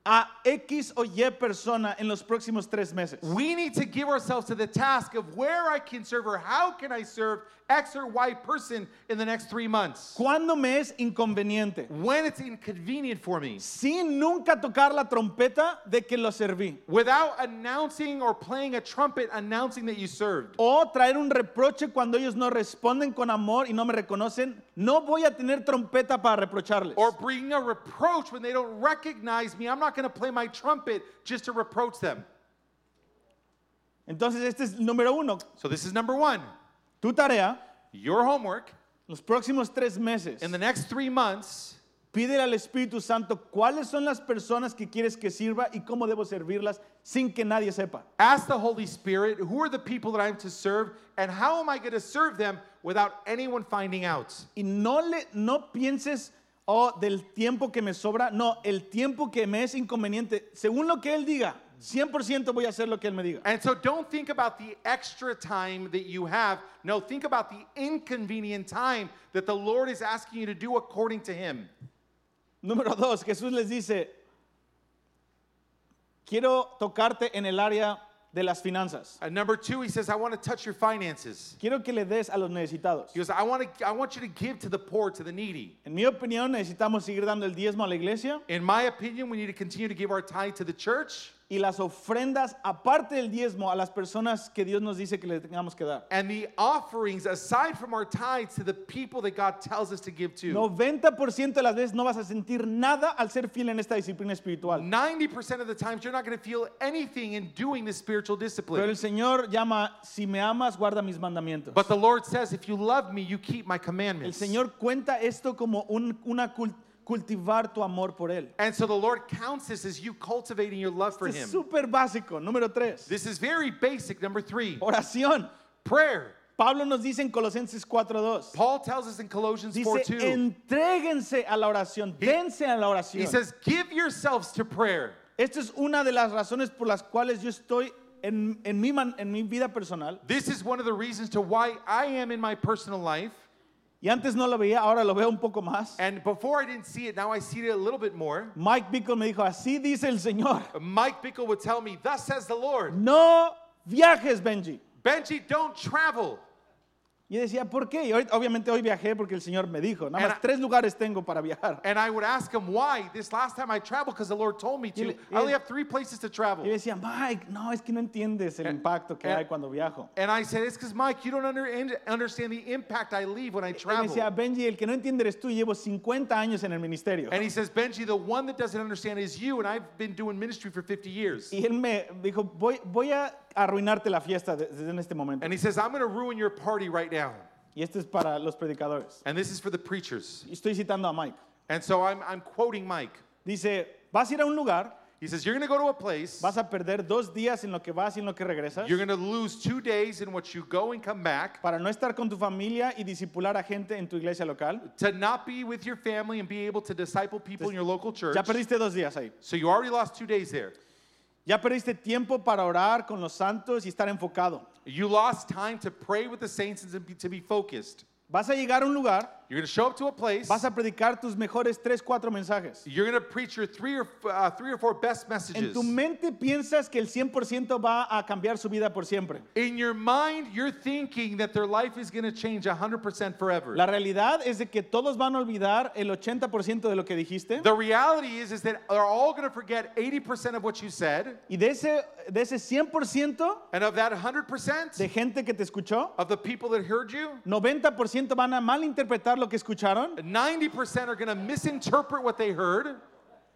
Speaker 1: a X o Y persona en los próximos tres meses.
Speaker 2: We need to give ourselves to the task of where I can serve or how can I serve X or Y person in the next three months.
Speaker 1: Cuando me es inconveniente.
Speaker 2: When it's inconvenient for me,
Speaker 1: sin nunca tocar la trompeta de que lo serví
Speaker 2: without announcing or playing a trumpet announcing that you served,
Speaker 1: o traer un reproche cuando ellos no responden con amor y no me reconocen, no voy a tener trompeta para reprocharles.
Speaker 2: or bringing a reproach when they don't recognize me. I'm not going to play my trumpet just to reproach them.
Speaker 1: Entonces este es el número uno.
Speaker 2: So, this is number one
Speaker 1: Tu tarea,
Speaker 2: your homework
Speaker 1: los próximos tres meses,
Speaker 2: in the next three months.
Speaker 1: pídele al Espíritu Santo cuáles son las personas que quieres que sirva y cómo debo servirlas sin que nadie sepa.
Speaker 2: Ask the Holy Spirit, who are the people that I'm to serve, and how am I going to serve them without anyone finding out?
Speaker 1: Y no, le, no pienses, oh, del tiempo que me sobra. No, el tiempo que me es inconveniente. Según lo que Él diga, 100% voy a hacer lo que Él me diga.
Speaker 2: And so don't think about the extra time that you have. No, think about the inconvenient time that the Lord is asking you to do according to Him.
Speaker 1: Número dos, Jesús les dice, quiero tocarte en el área de las finanzas.
Speaker 2: And number two, He says, I want to touch your finances.
Speaker 1: Quiero que le des a los necesitados.
Speaker 2: He goes, I want, to, I want you to give to the poor, to the needy.
Speaker 1: En mi opinión, necesitamos seguir dando el diezmo a la iglesia
Speaker 2: In my opinion, we need to continue to give our tithe to the church
Speaker 1: y las ofrendas, aparte del diezmo, a las personas que Dios nos dice que le tengamos que dar.
Speaker 2: and the offerings aside from our tithes to the people that God tells us to give to.
Speaker 1: 90% de las veces no vas a sentir nada al ser fiel en esta disciplina espiritual.
Speaker 2: 90% of the times you're not going to feel anything in doing this spiritual
Speaker 1: Pero el
Speaker 2: discipline.
Speaker 1: Señor llama, si me amas, guarda mis mandamientos.
Speaker 2: But the Lord says, if you love me, you keep my
Speaker 1: El
Speaker 2: commandments.
Speaker 1: Señor cuenta esto como un- una cul- cultivar tu amor por Él.
Speaker 2: And so the Lord counts this as you cultivating your love for
Speaker 1: Esto es
Speaker 2: him.
Speaker 1: súper básico. Número tres,
Speaker 2: This is very basic. Number three,
Speaker 1: oración.
Speaker 2: prayer.
Speaker 1: Pablo nos dice en Colosenses 4.2,
Speaker 2: Paul tells us in Colossians 4
Speaker 1: dice,
Speaker 2: 2,
Speaker 1: entréguense a la oración, dense a la
Speaker 2: he
Speaker 1: oración.
Speaker 2: says, give yourselves to prayer.
Speaker 1: Esta es una de las razones por las cuales yo estoy en, en mi, man- en mi vida personal,
Speaker 2: This is one of the reasons to why I am in my personal life.
Speaker 1: y antes no lo veía, ahora lo veo un poco más.
Speaker 2: And before I didn't see it, now I see it a little bit more.
Speaker 1: Mike Bickle me dijo, así dice el Señor,
Speaker 2: Mike Bickle would tell me, Thus says the Lord,
Speaker 1: no viajes, Benji.
Speaker 2: Benji, don't travel.
Speaker 1: Y yo decía, ¿por qué? Y ahorita- obviamente hoy viajé porque el Señor me dijo, nada
Speaker 2: And
Speaker 1: más
Speaker 2: I-
Speaker 1: tres lugares tengo para viajar.
Speaker 2: And I would ask him why. This last time I traveled because the Lord told me to.
Speaker 1: Dile-
Speaker 2: I only
Speaker 1: dile-
Speaker 2: have three places to
Speaker 1: Y yo
Speaker 2: travel.
Speaker 1: decía, Mike, no, es que no entiendes el
Speaker 2: And-
Speaker 1: impacto que
Speaker 2: and-
Speaker 1: hay cuando viajo.
Speaker 2: And I said, It's because, Mike, you don't under, and- understand the impact I leave when I
Speaker 1: Él me decía,
Speaker 2: travel.
Speaker 1: Benji, el que no entiende eres tú, llevo 50 años en el ministerio.
Speaker 2: And he says, Benji, the one that doesn't understand is you, and I've been doing ministry for 50 years.
Speaker 1: Y él me dijo, voy, voy a arruinarte la fiesta de- desde en este momento.
Speaker 2: And he says, I'm going to ruin your party right now.
Speaker 1: Y esto es para los predicadores.
Speaker 2: And this is for the preachers.
Speaker 1: Y Estoy citando a Mike.
Speaker 2: And so I'm, I'm quoting Mike.
Speaker 1: Dice, vas a ir a un lugar
Speaker 2: He says, You're going to go to a place,
Speaker 1: Vas a perder dos días en lo que vas y en lo que regresas
Speaker 2: you're going to lose two days in which you go and come back,
Speaker 1: para no estar con tu familia y disipular a gente en tu iglesia local.
Speaker 2: to not be with your family and be able to disciple people in your local church.
Speaker 1: Ya perdiste dos días ahí.
Speaker 2: So you already lost two days there.
Speaker 1: Ya perdiste tiempo para orar con los santos y estar enfocado.
Speaker 2: You lost time to pray with the saints and to be, to be focused.
Speaker 1: Vas a llegar a un lugar,
Speaker 2: You're going to show up to a place.
Speaker 1: vas a predicar tus mejores tres, cuatro mensajes.
Speaker 2: You're going to preach your three or uh, three or four best
Speaker 1: En
Speaker 2: messages.
Speaker 1: tu mente piensas que el 100% va a cambiar su vida por siempre.
Speaker 2: In your mind, you're thinking that their life is going to change 100% forever.
Speaker 1: La realidad es de que todos van a olvidar el 80% de lo que dijiste.
Speaker 2: the reality is, is that they're all going to forget 80% of what you said,
Speaker 1: Y de ese, de ese 100%
Speaker 2: and of that 100%,
Speaker 1: de gente que te escuchó,
Speaker 2: of the people that heard you,
Speaker 1: 90% van a malinterpretar lo que escucharon.
Speaker 2: 90% are going to misinterpret what they heard.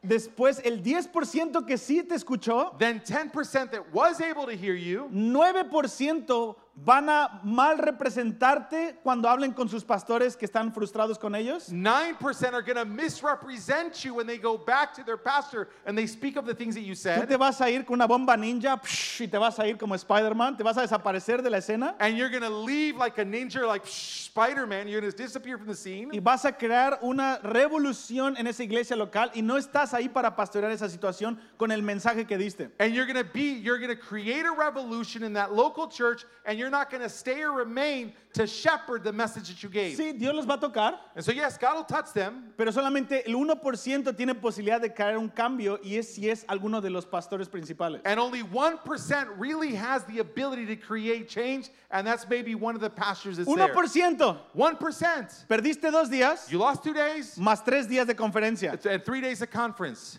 Speaker 1: Después, el 10% que sí te escuchó,
Speaker 2: Then 10% that was able to hear you,
Speaker 1: 9% van a mal representarte cuando hablen con sus pastores que están frustrados con ellos.
Speaker 2: 9% are going to misrepresent you when they go back to their pastor and they speak of the things that you
Speaker 1: Tú
Speaker 2: said.
Speaker 1: te vas a ir con una bomba ninja psh, y te vas a ir como Spider-Man, te vas a desaparecer de la escena
Speaker 2: and you're gonna leave like a ninja, like Spider Man. You're gonna disappear from the
Speaker 1: y
Speaker 2: scene,
Speaker 1: vas a crear una revolución en esa iglesia local y no estás ahí para pastorear esa situación con el mensaje que diste.
Speaker 2: and you're gonna be, you're gonna create a revolution in that local church, and you're not gonna stay or remain to shepherd the message that you gave.
Speaker 1: Sí, Dios los va a tocar,
Speaker 2: And so, yes, God will touch them,
Speaker 1: Pero solamente el 1% tiene posibilidad de crear un cambio y es si es alguno de los pastores principales.
Speaker 2: and only one percent really has the ability to create change, and that's maybe one of the pastors that's there.
Speaker 1: 1%.
Speaker 2: One percent.
Speaker 1: Perdiste dos días
Speaker 2: You lost two days
Speaker 1: más tres días de conferencia.
Speaker 2: and three days of conference,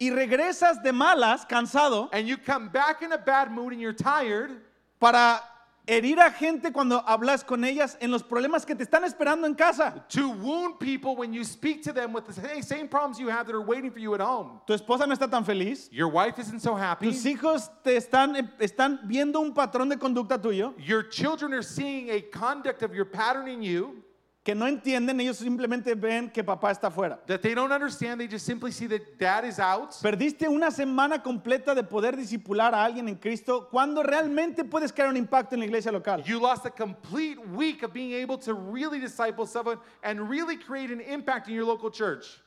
Speaker 1: Y regresas de malas, cansado,
Speaker 2: and you come back in a bad mood and you're tired.
Speaker 1: para herir a gente cuando hablas con ellas en los problemas que te están esperando en casa.
Speaker 2: to wound people when you speak to them with the sa- same problems you have that are waiting for you at home.
Speaker 1: Tu esposa no está tan feliz.
Speaker 2: Your wife isn't so happy.
Speaker 1: Tus hijos te están, em, están viendo un patrón de conducta tuyo
Speaker 2: Your children are seeing a conduct of your pattern in you
Speaker 1: que no entienden. Ellos simplemente ven que papá está afuera.
Speaker 2: that they don't understand. They just simply see that dad is out.
Speaker 1: Perdiste una semana completa de poder discipular a alguien en Cristo cuando realmente puedes crear un impacto en la iglesia local.
Speaker 2: You lost a complete week of being able to really disciple someone and really create an impact in your local church.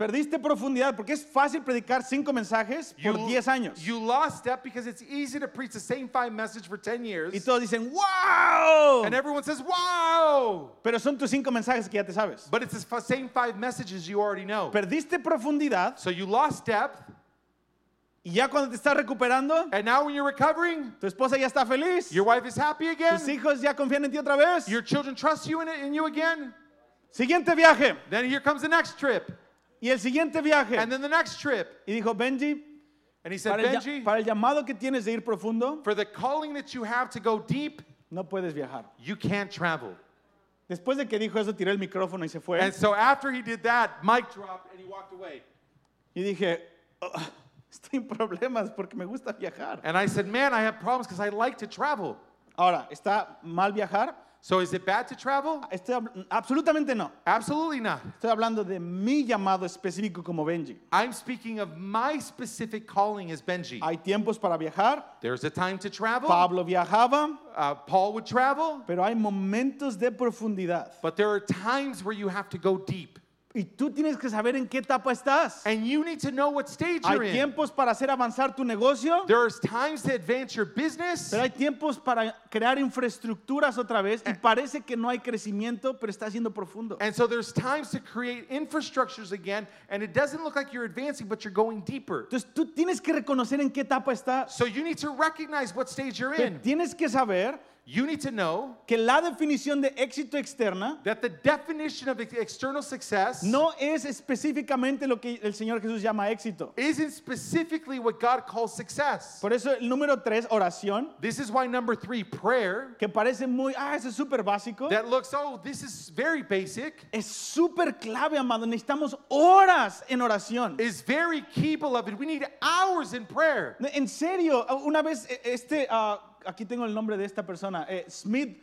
Speaker 1: Perdiste profundidad porque es fácil predicar cinco mensajes por 10 años.
Speaker 2: you lost that because it's easy to preach the same five message for 10 years.
Speaker 1: y todos dicen, ¡Wow!
Speaker 2: and everyone says, wow.
Speaker 1: Pero son tus cinco mensajes que ya te sabes.
Speaker 2: But it's the f- same five messages you already know.
Speaker 1: Perdiste profundidad
Speaker 2: So you lost depth,
Speaker 1: y ya cuando te estás recuperando,
Speaker 2: and now when you're recovering,
Speaker 1: tu esposa ya está feliz.
Speaker 2: your wife is happy
Speaker 1: Tus
Speaker 2: again,
Speaker 1: hijos ya confían en ti otra vez.
Speaker 2: your children trust you in, it, in you again.
Speaker 1: Siguiente viaje
Speaker 2: Then here comes the next trip,
Speaker 1: y el siguiente viaje.
Speaker 2: and then the next trip.
Speaker 1: y dijo, Benji,
Speaker 2: And he said,
Speaker 1: para el, ya-
Speaker 2: Benji,
Speaker 1: para el llamado que tienes de ir profundo,
Speaker 2: for the calling that you have to go deep,
Speaker 1: no puedes viajar.
Speaker 2: you can't travel.
Speaker 1: Después de que dijo eso, tiré el micrófono y se fue.
Speaker 2: And so after he did that, mic dropped and he walked away.
Speaker 1: Y dije, "Oh, estoy en problemas porque me gusta viajar.
Speaker 2: And I said, Man, I have problems because I like to travel.
Speaker 1: Ahora, ¿está mal viajar?
Speaker 2: So is it bad to travel?
Speaker 1: Estoy hab- absolutamente no.
Speaker 2: Absolutely not.
Speaker 1: Estoy hablando de mi llamado específico como Benji.
Speaker 2: I'm speaking of my specific calling as Benji.
Speaker 1: Hay tiempos para viajar.
Speaker 2: There's a time to travel.
Speaker 1: Pablo viajaba,
Speaker 2: Uh, Paul would travel.
Speaker 1: pero hay momentos de profundidad.
Speaker 2: But there are times where you have to go deep.
Speaker 1: Y tú tienes que saber en qué etapa estás.
Speaker 2: And you need to know what stage you're
Speaker 1: Hay
Speaker 2: in.
Speaker 1: tiempos para hacer avanzar tu negocio,
Speaker 2: There is times to advance your business.
Speaker 1: pero hay tiempos para crear infraestructuras otra vez. Y parece que no hay crecimiento, pero está siendo profundo.
Speaker 2: And so there's times to create infrastructures again. And it doesn't look like you're advancing, but you're going deeper.
Speaker 1: Entonces tú tienes que reconocer en qué etapa estás.
Speaker 2: So you need to recognize what stage you're
Speaker 1: Te
Speaker 2: in.
Speaker 1: tienes que saber
Speaker 2: You need to know
Speaker 1: que la definición de éxito externa
Speaker 2: that the definition of ex- external success
Speaker 1: no es específicamente lo que el Señor Jesús llama éxito.
Speaker 2: isn't specifically what God calls success.
Speaker 1: Por eso el número tres, oración,
Speaker 2: This is why number three, prayer,
Speaker 1: que parece muy, ah, eso es súper básico.
Speaker 2: that looks, oh, this is very basic,
Speaker 1: Es súper clave, amado. Necesitamos horas en oración.
Speaker 2: is very key, beloved. We need hours in prayer.
Speaker 1: e, En serio, una vez eh, este, ah, aquí tengo el nombre de esta persona, eh, Smith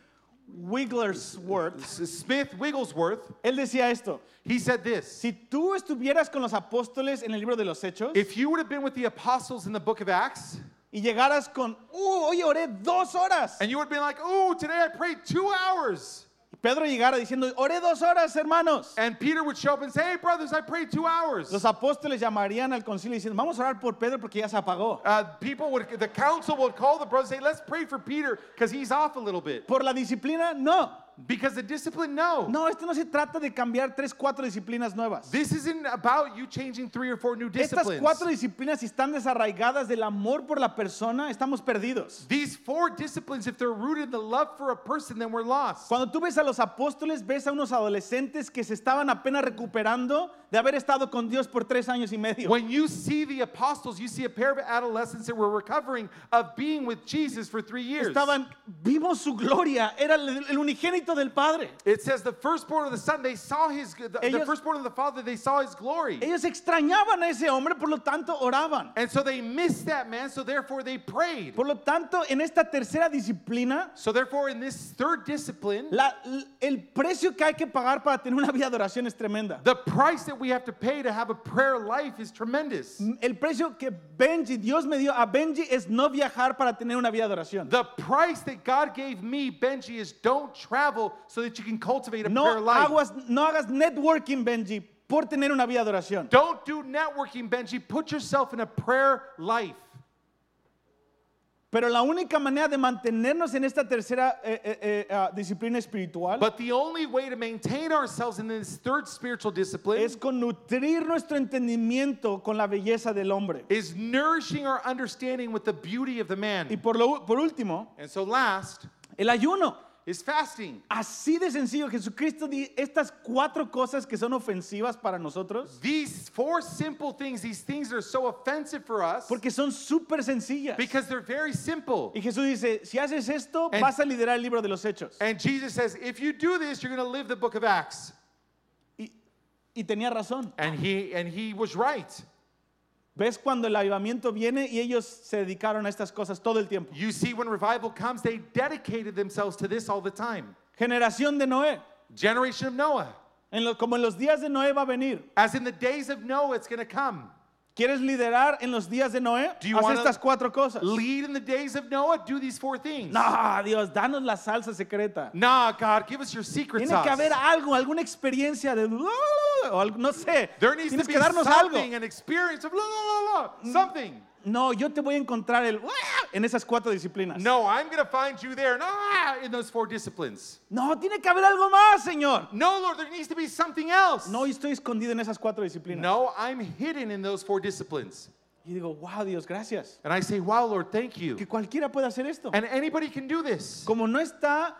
Speaker 1: Wigglesworth,
Speaker 2: S- Smith Wigglesworth,
Speaker 1: él decía esto,
Speaker 2: he said this
Speaker 1: si tú estuvieras con los apóstoles en el libro de los Hechos
Speaker 2: If you would have been with the apostles in the book of Acts,
Speaker 1: y llegaras con, uh, hoy oré dos horas,
Speaker 2: and you would have been like, oh, today I prayed two hours.
Speaker 1: y Pedro llegara diciendo, oré dos horas, hermanos,
Speaker 2: And Peter would show up and say, hey, brothers, I prayed two hours.
Speaker 1: los apóstoles llamarían al concilio diciendo, vamos a orar por Pedro porque ya se apagó.
Speaker 2: Uh, people would, the council would call the brothers and say, let's pray for Peter because he's off a little bit.
Speaker 1: ¿Por la disciplina? No.
Speaker 2: Because the discipline, no.
Speaker 1: No, esto no se trata de cambiar tres, cuatro disciplinas nuevas.
Speaker 2: This isn't about you changing three or four new
Speaker 1: Estas
Speaker 2: disciplines.
Speaker 1: cuatro disciplinas, si están desarraigadas del amor por la persona, estamos perdidos.
Speaker 2: These four disciplines, if they're rooted in the love for a person, then we're lost.
Speaker 1: Cuando tú ves a los apóstoles, ves a unos adolescentes que se estaban apenas recuperando de haber estado con Dios por tres años y medio.
Speaker 2: When you see the apostles, you see a pair of adolescents that were recovering of being with Jesus for three years.
Speaker 1: Estaban, vimos su gloria, era el, el unigénito del Padre.
Speaker 2: It says the firstborn of the son, they saw his, the, the
Speaker 1: Ellos-
Speaker 2: firstborn of the father, they saw his glory.
Speaker 1: Ellos extrañaban a ese hombre, por lo tanto oraban.
Speaker 2: and so they missed that man, so therefore they prayed.
Speaker 1: Por lo tanto, en esta tercera disciplina,
Speaker 2: So therefore in this third discipline,
Speaker 1: la- el precio que hay que pagar para tener una vida de adoración es tremenda.
Speaker 2: the price that we have to pay to have a prayer life is tremendous.
Speaker 1: El precio que Benji, Dios me dio a Benji es no viajar para tener una vida de oración.
Speaker 2: The price that God gave me, Benji, is don't travel so that you can cultivate a
Speaker 1: No
Speaker 2: prayer life.
Speaker 1: hagas, no hagas networking, Benji, por tener una vida de oración.
Speaker 2: Don't do networking, Benji. Put yourself in a prayer life.
Speaker 1: Pero la única manera de mantenernos en esta tercera eh, eh, eh, ah, disciplina espiritual
Speaker 2: But the only way to maintain ourselves in this third spiritual discipline
Speaker 1: es con nutrir nuestro entendimiento con la belleza del hombre.
Speaker 2: is nourishing our understanding with the beauty of the
Speaker 1: Y
Speaker 2: man.
Speaker 1: por, lo, por último,
Speaker 2: And so, last
Speaker 1: el ayuno.
Speaker 2: is fasting.
Speaker 1: Así de sencillo, Jesucristo di estas cuatro cosas que son ofensivas para nosotros,
Speaker 2: These four simple things, these things that are so offensive for us
Speaker 1: porque son súper sencillas.
Speaker 2: because they're very simple.
Speaker 1: Y Jesús dice, si haces esto,
Speaker 2: And-
Speaker 1: vas a liderar el libro de los hechos.
Speaker 2: And Jesus says, if you do this, you're going to live the book of Acts.
Speaker 1: Y, y tenía razón.
Speaker 2: And he and he was right.
Speaker 1: ¿Ves cuando el avivamiento viene y ellos se dedicaron a estas cosas todo el tiempo?
Speaker 2: You see, when revival comes, they dedicated themselves to this all the time.
Speaker 1: Generación de Noé.
Speaker 2: Generation of Noah.
Speaker 1: En lo- como en los días de Noé va a venir.
Speaker 2: As in the days of Noah, it's going to come.
Speaker 1: ¿Quieres liderar en los días de Noé?
Speaker 2: Do you
Speaker 1: Haz
Speaker 2: wanna-
Speaker 1: estas cuatro cosas.
Speaker 2: Lead in the days of Noah, do these four things.
Speaker 1: No, Dios, danos la salsa secreta.
Speaker 2: Nah, God, give us your secret
Speaker 1: Tiene
Speaker 2: sauce.
Speaker 1: que haber algo, alguna experiencia de... "Oh", o algo- no sé.
Speaker 2: There needs
Speaker 1: Tienes
Speaker 2: to be
Speaker 1: que darnos algo. Mm.
Speaker 2: something, an experience of la la la la, something.
Speaker 1: No, yo te voy a encontrar el... en esas cuatro disciplinas.
Speaker 2: No, I'm going to find you there, nah, in those four disciplines.
Speaker 1: No, tiene que haber algo más, Señor.
Speaker 2: No, Lord, there needs to be something else.
Speaker 1: No, y estoy escondido en esas cuatro disciplinas.
Speaker 2: no, I'm hidden in those four disciplines.
Speaker 1: Y digo, wow, Dios, gracias.
Speaker 2: And I say, wow, Lord, thank you.
Speaker 1: Que cualquiera puede hacer esto.
Speaker 2: And anybody can do this.
Speaker 1: Como no está,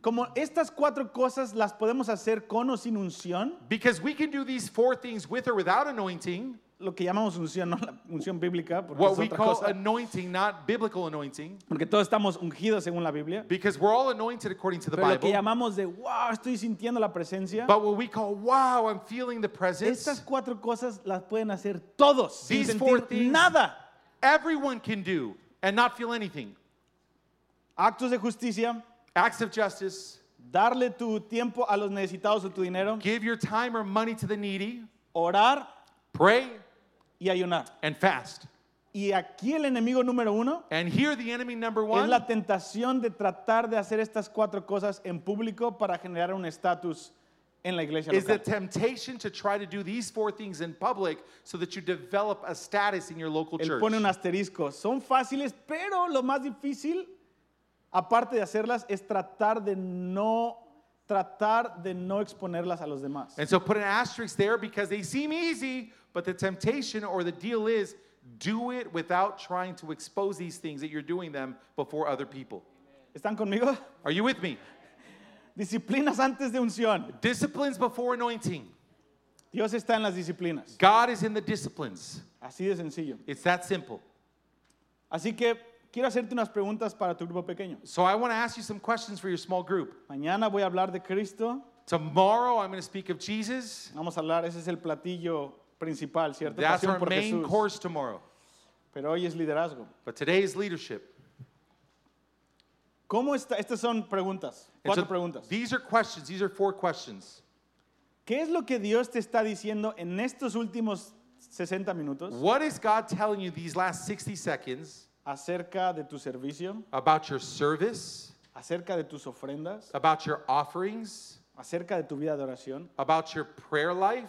Speaker 1: como estas cuatro cosas las podemos hacer con o sin unción,
Speaker 2: Because we can do these four things with or without anointing.
Speaker 1: lo que llamamos unción, no la unción bíblica, porque
Speaker 2: What
Speaker 1: es
Speaker 2: we
Speaker 1: otra
Speaker 2: call
Speaker 1: cosa.
Speaker 2: anointing, not biblical anointing.
Speaker 1: Porque todos estamos ungidos según la Biblia.
Speaker 2: Because we're all anointed according to the
Speaker 1: Pero lo que
Speaker 2: Bible.
Speaker 1: llamamos de, wow, estoy sintiendo la presencia.
Speaker 2: But what we call, wow, I'm feeling the presence,
Speaker 1: Estas cuatro cosas las pueden hacer todos, sin
Speaker 2: These four
Speaker 1: sentir
Speaker 2: things-
Speaker 1: nada.
Speaker 2: everyone can do and not feel anything.
Speaker 1: Actos de justicia,
Speaker 2: Acts of justice,
Speaker 1: darle tu tiempo a los necesitados o tu dinero,
Speaker 2: give your time or money to the needy,
Speaker 1: orar
Speaker 2: pray
Speaker 1: y ayunar.
Speaker 2: and fast.
Speaker 1: Y aquí el enemigo número uno
Speaker 2: And here, the enemy number
Speaker 1: es
Speaker 2: one
Speaker 1: la tentación de tratar de hacer estas cuatro cosas en público para generar un estatus en la iglesia
Speaker 2: is the
Speaker 1: local.
Speaker 2: temptation to try to do these four things in public so that you develop a status in your local
Speaker 1: Él
Speaker 2: church.
Speaker 1: pone un asterisco. Son fáciles, pero lo más difícil, aparte de hacerlas, es tratar de no tratar de no exponerlas a los demás.
Speaker 2: And so put an asterisk there because they seem easy, but the temptation or the deal is do it without trying to expose these things that you're doing them before other people.
Speaker 1: ¿Están conmigo?
Speaker 2: Are you with me?
Speaker 1: Disciplinas antes de unción.
Speaker 2: Disciplines before anointing.
Speaker 1: Dios está en las disciplinas.
Speaker 2: God is in the disciplines.
Speaker 1: Así de sencillo.
Speaker 2: It's that simple.
Speaker 1: Así que quiero hacerte unas preguntas para tu grupo pequeño.
Speaker 2: So I want to ask you some questions for your small group.
Speaker 1: Mañana voy a hablar de Cristo.
Speaker 2: Tomorrow I'm going to speak of Jesus.
Speaker 1: Vamos a hablar, ese es el platillo principal, ¿cierto?
Speaker 2: That's
Speaker 1: Pasión
Speaker 2: our
Speaker 1: por
Speaker 2: main
Speaker 1: Jesús.
Speaker 2: course tomorrow.
Speaker 1: Pero hoy es liderazgo.
Speaker 2: But today is leadership.
Speaker 1: ¿Cómo está? Estas son preguntas,
Speaker 2: And so
Speaker 1: cuatro preguntas.
Speaker 2: These are questions. These are four questions.
Speaker 1: ¿Qué es lo que Dios te está diciendo en estos últimos 60 minutos
Speaker 2: What is God telling you these last 60 seconds
Speaker 1: acerca de tu servicio,
Speaker 2: about your service,
Speaker 1: acerca de tus ofrendas,
Speaker 2: about your offerings,
Speaker 1: acerca de tu vida de oración
Speaker 2: about your prayer life,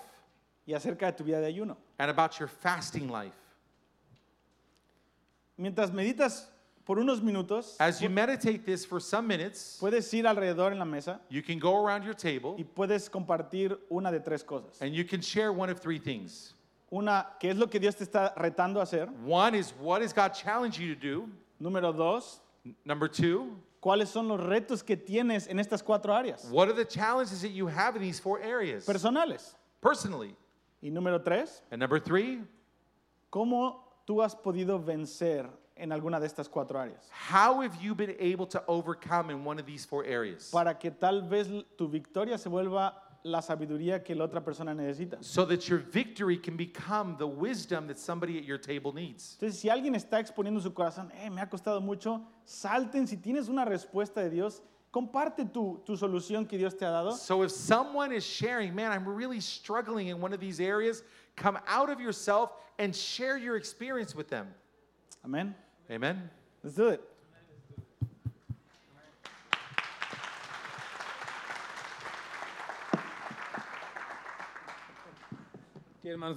Speaker 1: y acerca de tu vida de ayuno?
Speaker 2: and about your fasting life?
Speaker 1: Mientras meditas por unos minutos,
Speaker 2: As you meditate this for some minutes,
Speaker 1: puedes ir alrededor en la mesa
Speaker 2: you can go around your table
Speaker 1: y puedes compartir una de tres cosas.
Speaker 2: and you can share one of three things.
Speaker 1: Una, que es lo que Dios te está retando a hacer.
Speaker 2: One is what is God challenging you to do?
Speaker 1: Número dos,
Speaker 2: Number two,
Speaker 1: ¿cuáles son los retos que tienes en estas cuatro áreas?
Speaker 2: what are the challenges that you have in these four areas
Speaker 1: Personales.
Speaker 2: personally?
Speaker 1: Y número tres,
Speaker 2: And number three,
Speaker 1: ¿Cómo tú has podido vencer en alguna de estas cuatro áreas?
Speaker 2: how have you been able to overcome in one of these four areas?
Speaker 1: Para que tal vez tu victoria se vuelva la sabiduría que la otra persona necesita.
Speaker 2: So that your victory can become the wisdom that somebody at your table needs.
Speaker 1: Entonces, si alguien está exponiendo su corazón, "Eh, me ha costado mucho, salten. Si tienes una respuesta de Dios, comparte tu, tu solución que Dios te ha dado.
Speaker 2: So if someone is sharing, man, I'm really struggling in one of these areas, come out of yourself and share your experience with them.
Speaker 1: Amén.
Speaker 2: Amen.
Speaker 1: Let's do it.
Speaker 3: Sí, hermanos,